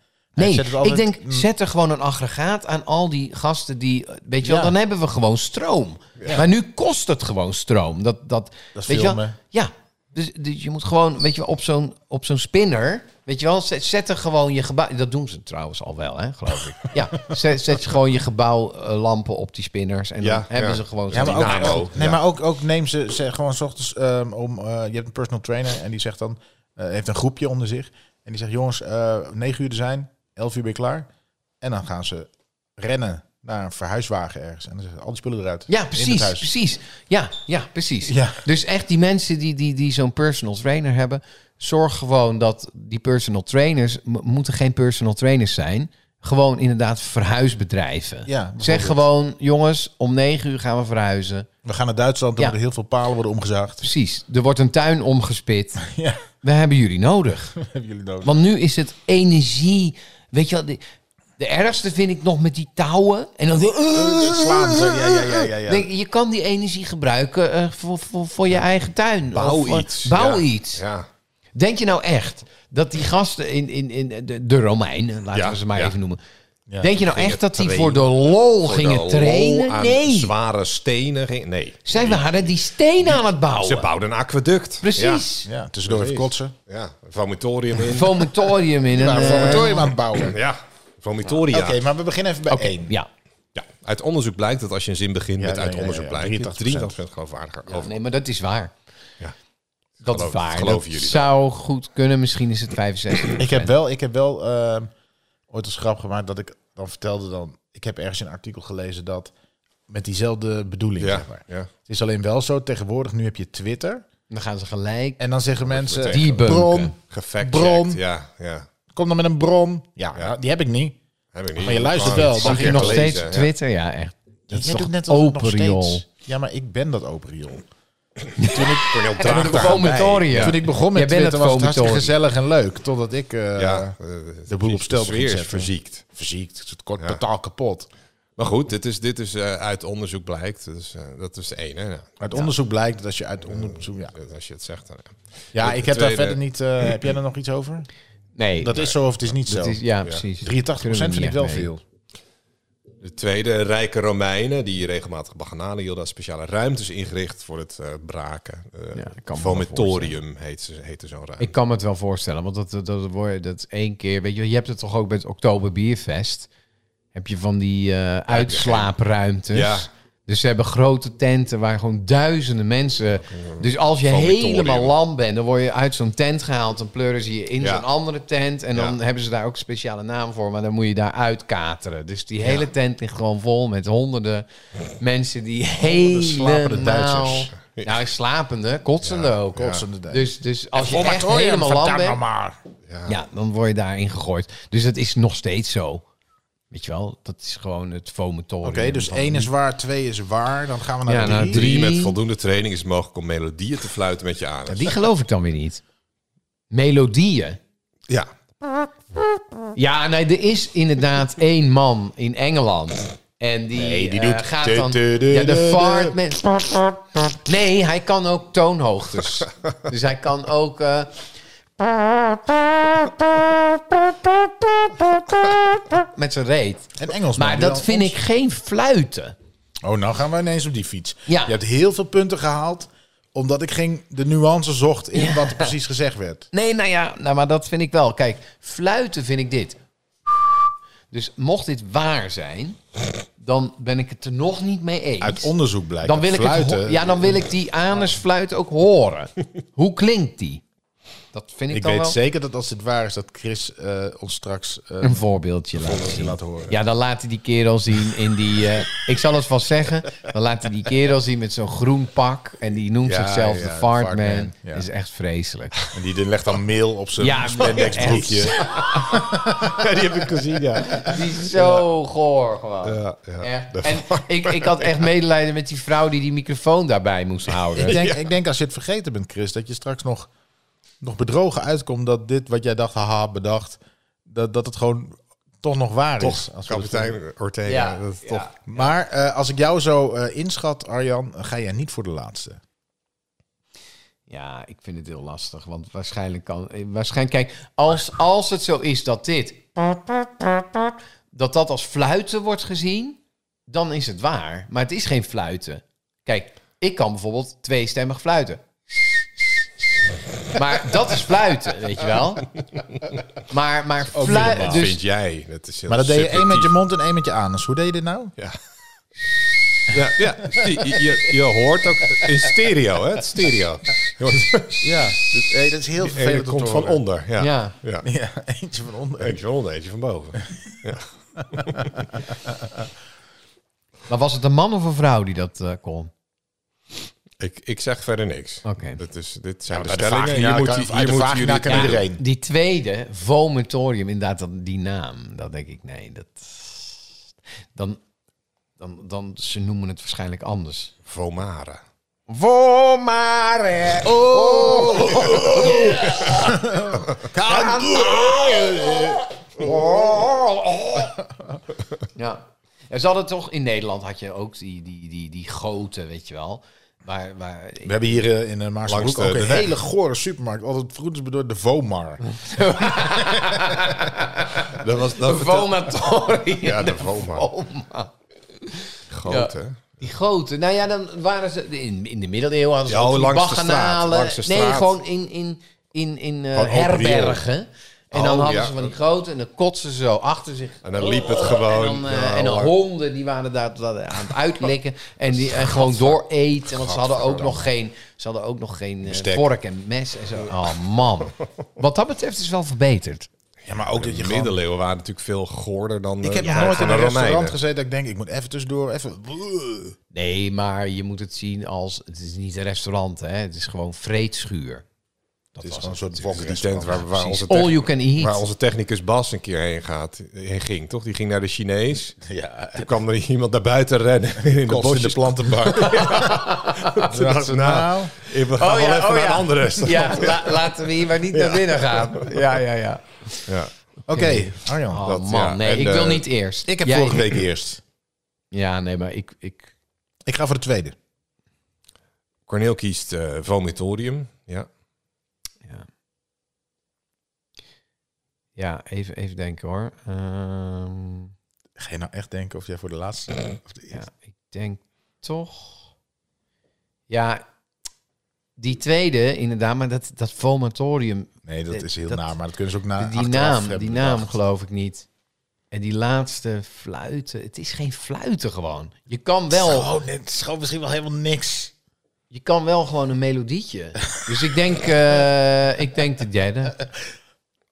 Nee,
zet het altijd- Mm.
ik denk, zet er gewoon een aggregaat aan al die gasten die... eh, Weet je wel,
Ja.
dan hebben we gewoon stroom. Maar nu kost het gewoon stroom. Dat, dat,
Dat
weet je wel?
filmen.
Ja, dus, dus je moet gewoon, weet je wel, op zo'n, op zo'n spinner... Weet je wel, zet, zet er gewoon je gebouw... Dat doen ze trouwens al wel, hè, geloof ik. Ja, zet, zet je gewoon je gebouwlampen op die spinners. En
Ja,
dan hebben
ja.
ze gewoon
Ja,
zo'n
maar ook,
Dynamo,
ook- nee,
ja.
maar ook, ook neem ze, ze gewoon 's ochtends ehm, om. eh, je hebt een personal trainer en die zegt dan. eh, heeft een groepje onder zich. En die zegt: Jongens, eh 9 uur er zijn, 11 uur ben je klaar. En dan gaan ze rennen naar een verhuiswagen ergens. En dan zeggen ze: Al die spullen eruit.
Ja,
In het
precies,
huis.
precies. Ja, ja, precies.
Ja.
Dus echt die mensen die, die, die zo'n personal trainer hebben, zorg gewoon dat die personal trainers m- moeten geen personal trainers zijn. Gewoon inderdaad verhuisbedrijven.
Ja,
zeg gewoon, jongens, om negen uur gaan we verhuizen.
We gaan naar Duitsland, daar
Ja.
worden heel veel palen worden omgezaagd.
Precies. Er wordt een tuin omgespit.
Ja,
We hebben jullie nodig.
hebben jullie nodig.
Want nu is het energie. Weet je wel, die- De ergste vind ik nog met die touwen. En dan eh,
Slaan ze. Ja, ja, ja, ja, ja.
Denk, je kan die energie gebruiken eh, voor, voor, voor je eigen tuin.
Bouw
Of, eh,
iets.
Bouw
Ja.
iets.
Ja.
Denk je nou echt dat die gasten in, in, in de, de Romeinen, laten
Ja,
we ze maar
ja.
even noemen. Denk je nou echt dat die
trainen.
voor de lol
Voor
gingen
de lol
trainen?
aan
nee.
Zware stenen. Ging, nee.
Zij waren die stenen aan het bouwen.
Ze bouwden een aquaduct.
Precies.
Ja, tussendoor even kotsen.
Ja, ja. vomitorium in.
Vomitorium in een...
Nou,
eh,
vomitorium aan het bouwen.
ja, vomitoria.
Oké, maar we beginnen even bij
Oké,
één.
ja.
Ja, uit onderzoek blijkt dat als je een zin begint
Ja,
met
ja,
uit
ja,
onderzoek
ja,
blijkt,
83%.
83% geloofwaardiger. Over-
Nee, maar dat is waar.
Ja.
Dat
Geloof-
is waar.
geloven
dat
jullie dat?
zou goed kunnen. Misschien is het 65.
Ik heb wel, ik heb wel ehm, ooit als grap gemaakt dat ik dan vertelde dan... Ik heb ergens in een artikel gelezen dat met diezelfde bedoeling,
Ja,
zeg maar.
ja.
Het is alleen wel zo, tegenwoordig nu heb je Twitter.
Dan gaan ze gelijk
En dan zeggen mensen,
meteen.
die
bron,
Gefact
Bron.
Ja, ja.
kom dan met een bron. Ja,
Ja.
nou, die heb ik niet.
Heb ik niet.
Maar je luistert
Gewoon
wel,
een
dan
keer
kun je
nog
gelezen,
steeds op
ja.
Twitter. Ja, echt.
Dat
is toch
alsof het nog
openriool?
steeds- Ja, maar ik ben dat openriool.
Cornel Draag daar aan bij.
Vomitorium.
Toen ik begon
Jij
met
bent
Twitter
het
was het hartstikke
vomitorium.
gezellig en leuk. Totdat ik eh,
Ja,
de boel op stel
De
begint
sfeer
te
is
zetten.
verziekt.
Verziekt. Het kort
Ja.
totaal kapot.
Maar goed, dit is, dit is eh, uit onderzoek blijkt. Dus, eh, dat is één, hè. Nou,
Uit onderzoek blijkt dat als je uit onderzoek... Ja,
Als je het zegt dan. ja.
ja
De
ik heb daar
tweede-
verder niet... eh, heb jij er nog iets over?
Nee,
Dat is zo of het is niet
dat
zo.
is, ja, precies.
83% vind ik wel veel.
De tweede, rijke Romeinen, die regelmatig bacchanalen hielden, speciale ruimtes ingericht voor het eh, braken. Eh,
Ja, ik kan me
vomitorium heet ze, heette zo'n ruimte.
Ik kan me het wel voorstellen, want dat, dat, dat, wordt- dat is één keer... Weet je, je hebt het toch ook bij het Oktober Bierfest? Heb je van die eh, uitslaapruimtes?
Ja.
Dus ze hebben grote tenten waar gewoon duizenden mensen... Dus als je
Vomitorium.
helemaal lam bent, dan word je uit zo'n tent gehaald... dan pleuren ze je in
Ja.
zo'n andere tent... en dan
Ja.
hebben ze daar ook een speciale naam voor... maar dan moet je daar uitkateren. Dus die hele tent ligt gewoon vol met honderden mensen... die
slapende
helemaal...
Duitsers.
Nou, slapende, kotsende ook.
kotsende Duitsers.
Dus, dus als je echt helemaal lam bent... Ja, dan word je daarin gegooid. Dus dat is nog steeds zo. Weet je wel, dat is gewoon het vomitorium.
Oké, dus
van-
één is waar, twee is waar. Dan gaan we naar
Ja,
drie.
naar
drie.
Drie, met
Drie.
voldoende training is het mogelijk om melodieën te fluiten met je aan.
Die geloof ik dan weer niet. Melodieën.
Ja,
Ja, nee, er is inderdaad één man in Engeland. En die, eh, gaat dan... ja, de fart met... Nee, hij kan ook toonhoogtes. dus hij kan ook... eh, met zijn reet.
En Engels.
Maar dat vind ik geen fluiten.
Oh, nou gaan we ineens op die fiets.
Ja.
Je hebt heel veel punten gehaald, omdat ik ging de nuance zocht in wat er precies gezegd werd.
Nee, nou ja, nou, maar dat vind ik wel. Kijk, fluiten vind ik dit. Dus mocht dit waar zijn, dan ben ik het er nog niet mee eens.
Uit onderzoek blijkt.
dan wil ik
dat
het ho-
fluiten.
ja, dan wil ik die anusfluit ook horen. Hoe klinkt die? Dat vind ik,
ik
dan
weet
wel
zeker dat als dit waar is, dat Chris eh, ons straks eh,
een voorbeeldje laten
je
zien.
laat horen.
Ja, dan laat hij die kerel zien in die... eh, ik zal het vast zeggen. Dan laat hij die kerel zien met zo'n groen pak. En die noemt
Ja,
zichzelf
ja,
de
de
Fartman.
Fart Man, ja.
Dat is echt vreselijk.
En die legt dan meel op zijn
Ja,
spandex
echt.
broekje. Ja, die heb ik gezien, ja.
Die is zo goor gewoon.
ja, ja.
Echt. En ik, ik had echt medelijden met die vrouw die die microfoon daarbij moest houden.
Ik denk, ik denk als je het vergeten bent, Chris, dat je straks nog, nog bedrogen uitkomt dat dit wat jij dacht, haha, bedacht, dat, dat het gewoon toch nog waar is.
toch
Als we het-
kapitein Ortega.
Ja,
dat is
ja.
toch.
Maar eh, als ik jou zo eh, inschat, Arjan, ga jij niet voor de laatste.
Ja, ik vind het heel lastig. Want waarschijnlijk kan. eh, Waarschijnlijk, kijk, als, als het zo is dat dit. dat dat als fluiten wordt gezien. dan is het waar. Maar het is geen fluiten. Kijk, ik kan bijvoorbeeld tweestemmig fluiten. Maar dat is fluiten, weet je wel. Maar, maar
Wat
fluiten.
vind
Dus,
jij? Dat is heel
Maar dat deed je één met je
subjectief.
mond en één met je anus. Hoe deed je dit nou?
Ja. Ja, ja. zie, Je, je, je hoort ook in stereo, hè? Het stereo. Je hoort-
Ja, dat, is heel
En je
vervelend.
komt van onder. Ja.
Ja.
ja.
Ja, eentje van onder.
Eentje van onder, eentje van boven.
maar was het een man of een vrouw die dat eh, kon?
Ik, ik zeg verder niks.
Oké.
Dat is, dit zijn de
uit de
stellingen.
vagina
je moet,
kan-
je,
uit de
moet
vagina
jullie-
kan
Ja.
iedereen.
Die tweede, vomitorium, inderdaad, dat, die naam. Dat denk ik, nee, dat... Dan, dan, dan, ze noemen het waarschijnlijk anders.
Vomare.
Vomare, Oh. Ja. En ze hadden toch in Nederland had je ook die, die, die, die goten, weet je wel. Waar, waar,
We hebben hier eh, in uh, Maasbroek
Langs de-
ook
de
een
weg.
hele gore supermarkt. Altijd vroeger bedoeld de Vomar.
eh, Dat was dat
de vomatorie.
Ja, de Voma.
Voma.
Groot,
Oh. Ja.
hè?
Die grote, nou ja, dan waren ze in, in de middeleeuwen hadden ze
Ja,
ook
oh,
die
langs de
bagganalen.
straat, langs de
Nee,
straat.
gewoon in, in, in, in eh,
Gewoon open
herbergen. En dan
Oh,
hadden
ja.
ze van die grote en dan kotsen ze zo achter zich.
En dan liep het gewoon. nou,
En dan, eh,
Ja,
en dan
hoor.
honden, die waren daar dat- aan het uitlikken. En, die, en gewoon dooreten. Want ze hadden ook nog geen, ze hadden ook nog geen eh,
Bestek.
vork en mes en zo. Oh man. Wat dat betreft is het wel verbeterd.
Ja, maar ook dat je
De
gewoon...
middeleeuwen waren natuurlijk veel goorder dan de
Ik heb
tijd
nooit
van
in
de
een restaurant
Romeinen.
gezeten dat ik denk, ik moet even tussendoor, even...
Nee, maar je moet het zien als... Het is niet een restaurant, hè. Het is gewoon vreedschuur.
Het is gewoon een soort
Het is Die
wokrestaurant.
tent waar, waar, onze
All
techni-
you can eat.
waar onze technicus Bas een keer heen, gaat, heen ging, toch? Die ging naar de Chinees.
Ja,
Toen kwam er iemand naar buiten rennen in de
Kost
bos
in
in
de
de plantenbak. Toen dacht ze, nou, ik
Oh
ga wel even naar een andere restaurant.
Ja, la- laten we hier maar niet naar binnen gaan. Ja, ja, ja.
Ja.
Oké, Arjan.
Oh
Dat,
man,
ja.
nee,
En,
ik wil
eh,
niet eerst.
Ik heb
Jij-
vorige week eerst.
Ja, nee, maar ik... ik
Ik ga voor de tweede.
Corneel kiest eh, vomitorium. Ja.
ja. ja, even, even denken hoor. Ehm,
Ga je nou echt denken of jij voor de laatste of de eerste?
ja, ik denk toch... Ja, die tweede inderdaad, maar dat, dat vomatorium...
Nee, dat
Dat-
is heel
dat-
naar, maar dat kunnen ze ook na
die
Ah, achteraf
naam,
hebben
die naam
bedacht.
geloof ik niet. En die laatste fluiten. Het is geen fluiten gewoon. Je kan wel...
Oh, nee, het is gewoon misschien wel helemaal niks.
Je kan wel gewoon een melodietje. Dus ik denk, eh, ik denk de derde.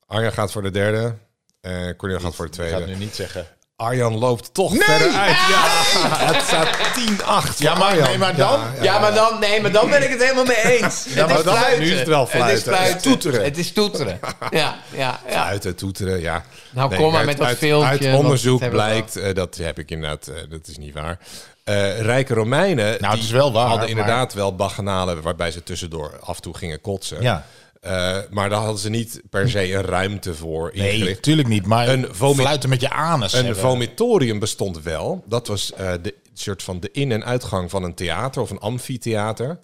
Arjan gaat voor de derde. Eh Corneel gaat voor de
Ik ga het
tweede.
nu niet zeggen. Ah!
Arjan loopt toch verder uit. Ja, het staat 10-8
Ja,
voor
maar,
Arjan.
nee, maar dan...
Ja,
Ja, maar dan, nee, maar dan ben ik het helemaal mee eens. Het
maar
is
dan-
fluiten.
nu is het wel fluiten.
Het is fluiten.
Het is toeteren.
Het is toeteren. Ja, ja, ja.
Uit het toeteren, ja.
Nou, kom maar
uit-
met dat
uit-
filmpje,
Uit
want
onderzoek
dat hebben we
blijkt, eh, dat heb ik inderdaad, eh, dat is niet waar. Eh, rijke Romeinen
Nou, het
die
is wel waar,
hadden
maar-
inderdaad wel baganalen waarbij ze tussendoor af en toe gingen kotsen.
Ja.
Eh, maar daar hadden ze niet per se een ruimte voor
Nee,
ingericht.
natuurlijk niet, maar
Een
een
vomit-
fluiten met je anus.
Een
hebben.
vomitorium bestond wel. Dat was eh, de soort van de in- en uitgang van een theater of een amfitheater.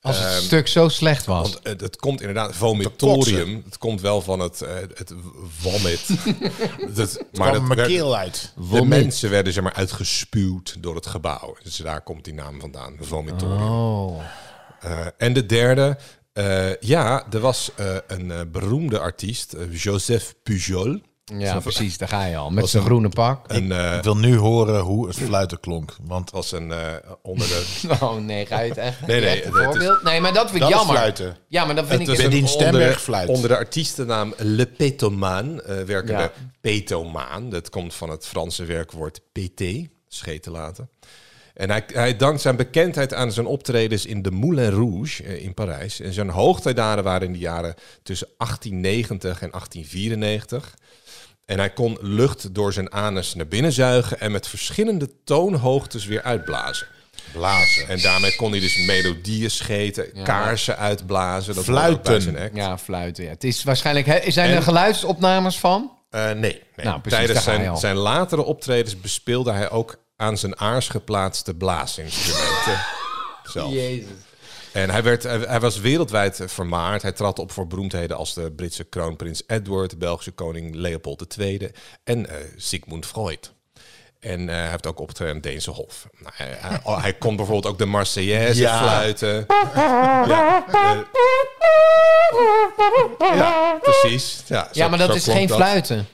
Als het stuk zo slecht was.
Ehm, Want het, het komt inderdaad, vomitorium, het komt wel van het, eh, het vomit. dat,
maar kwam mijn
werd-
keel uit.
de mensen werden zeg maar uitgespuwd door het gebouw. Dus daar komt die naam vandaan, vomitorium.
Oh.
Eh, en de derde, eh, ja, er was eh, een eh, beroemde artiest, eh, Joseph Pujol.
Ja, precies, daar ga je al. Met zijn groene pak.
En eh
Ik wil nu horen hoe het fluiten klonk, want
was een eh, onder de...
Oh nee, ga je het echt?
Nee, nee,
Je hebt een
dat is-
voorbeeld? Nee, maar dat vind ik
Dat is
jammer.
fluiten.
Ja, maar dat vind
Het
ik...
was een
Bedien Stemberg
onder,
fluit.
onder de artiestennaam Le Petomaan eh werken
Ja.
de Petomaan. Dat komt van het Franse werkwoord PT, scheten laten. En hij, hij dankt zijn bekendheid aan zijn optredens in de Moulin Rouge eh, in Parijs. En zijn hoogtijdagen waren in de jaren tussen 1890 en 1894. En hij kon lucht door zijn anus naar binnen zuigen en met verschillende toonhoogtes weer uitblazen.
blazen.
En daarmee kon hij dus melodieën scheten, kaarsen uitblazen. Dat
Fluiten.
hoorde ook bij zijn act.
Ja, fluiten. Ja. Het is waarschijnlijk... hè, Zijn er
En-
geluidsopnames van?
Eh, nee. nee.
Nou, precies,
Tijdens
daar ga je al.
zijn, zijn latere optredens bespeelde hij ook aan zijn aars geplaatste blaasinstrumenten. zelf.
Jezus.
En hij, werd, hij, hij was wereldwijd eh, vermaard. Hij trad op voor beroemdheden als de Britse kroonprins Edward, de Belgische koning Leopold II en eh, Sigmund Freud. En eh, hij heeft ook opgetreden aan het Deense Hof. Nou, hij, hij, oh, hij kon bijvoorbeeld ook de Marseillaise
Ja.
fluiten. Ja, eh, ja, precies. Ja, zo-
Ja, maar
zo
dat is
klonk
geen
dat.
fluiten.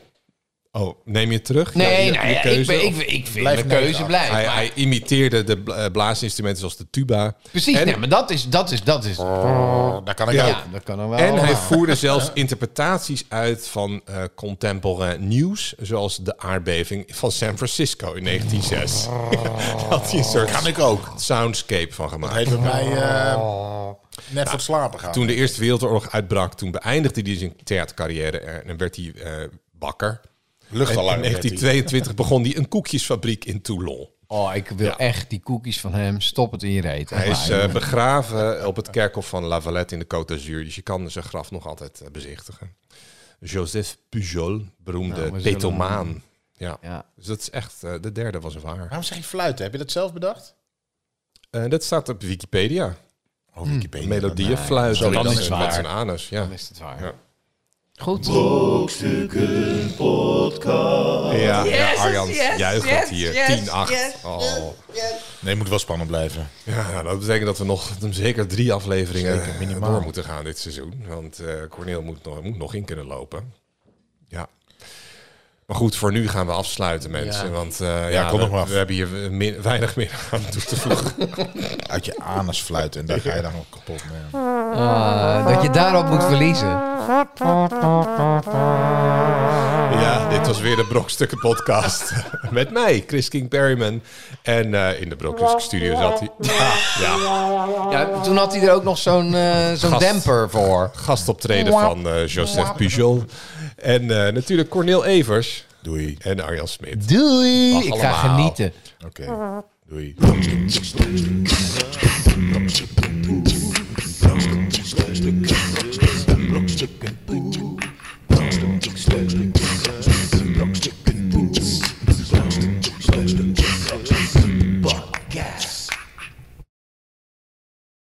Oh, neem je het terug?
Nee,
Ja, je-
nou
je
ja, ik,
keuze
ben, ik,
of-
ik vind
Blijf
mijn
nee
keuze
dan.
blijft.
Hij,
maar-
hij imiteerde de bla- eh, blaasinstrumenten zoals de tuba.
precies,
en-
nee, maar dat is, dat is, dat is.
Oh, daar kan ik
Ja.
ook.
Ja, dat kan dan wel.
En hij voerde zelfs interpretaties uit van eh contemporain nieuws, zoals de aardbeving van San Francisco in 1906. Dat had hij een soort
Kan ik ook.
soundscape van
Dat
gemaakt.
heeft bij mij eh, net voor het slapen gaan.
Toen de Eerste Wereldoorlog uitbrak, toen beëindigde hij zijn theatercarrière eh, en werd hij eh, bakker. En in
luchtalarm.
1922 begon hij een koekjesfabriek in Toulon.
Oh, ik wil echt die cookies van hem. Stop het in je reet.
Hij
Echt
is
waar.
eh, begraven op het kerkhof van La Valette in de Côte d'Azur. Dus je kan zijn graf nog altijd eh, bezichtigen. Joseph Pujol, beroemde
Nou, we zullen-
petomaan. Ja.
Ja.
Dus dat is echt, eh, de derde was waar.
Waarom zeg je fluiten? Heb je dat zelf bedacht?
Eh, dat staat op Wikipedia.
Oh, Wikipedia.
Melodieën
nee,
fluiten.
dan
met
is
zijn-
het
met
waar.
zijn anus. Ja.
Dan is het waar.
Ja.
Goed.
Brokstukken podcast.
Ja,
Yes,
ja Arjan
yes,
juicht
yes,
dat hier.
yes,
10-8.
yes.
Oh.
Nee, moet wel spannend blijven.
Ja, dat betekent dat we nog zeker drie afleveringen door moeten gaan dit seizoen. Want eh Corneel moet nog, moet nog in kunnen lopen. Ja. Maar goed, voor nu gaan we afsluiten, mensen.
Ja.
Want eh, ja,
kom
we,
nog maar af.
we hebben hier min- weinig meer aan toe te voegen.
Uit je anus fluiten en daar ga je dan ook kapot mee.
Ah, dat je daarop moet verliezen.
Ah.
ja, dit was weer de Brokstukken podcast. Met mij, Chris King Perryman. En eh, in de Brokstukken studio zat hij. ja.
Ja, toen had hij er ook nog zo'n eh, zo'n
Gast.
demper voor.
gastoptreden van eh Joseph Pujol. En eh, natuurlijk Cornel Evers
Doei.
en Arjan Smit.
Doei!
Dag
Ik ga
allemaal.
genieten.
Oké. Doei.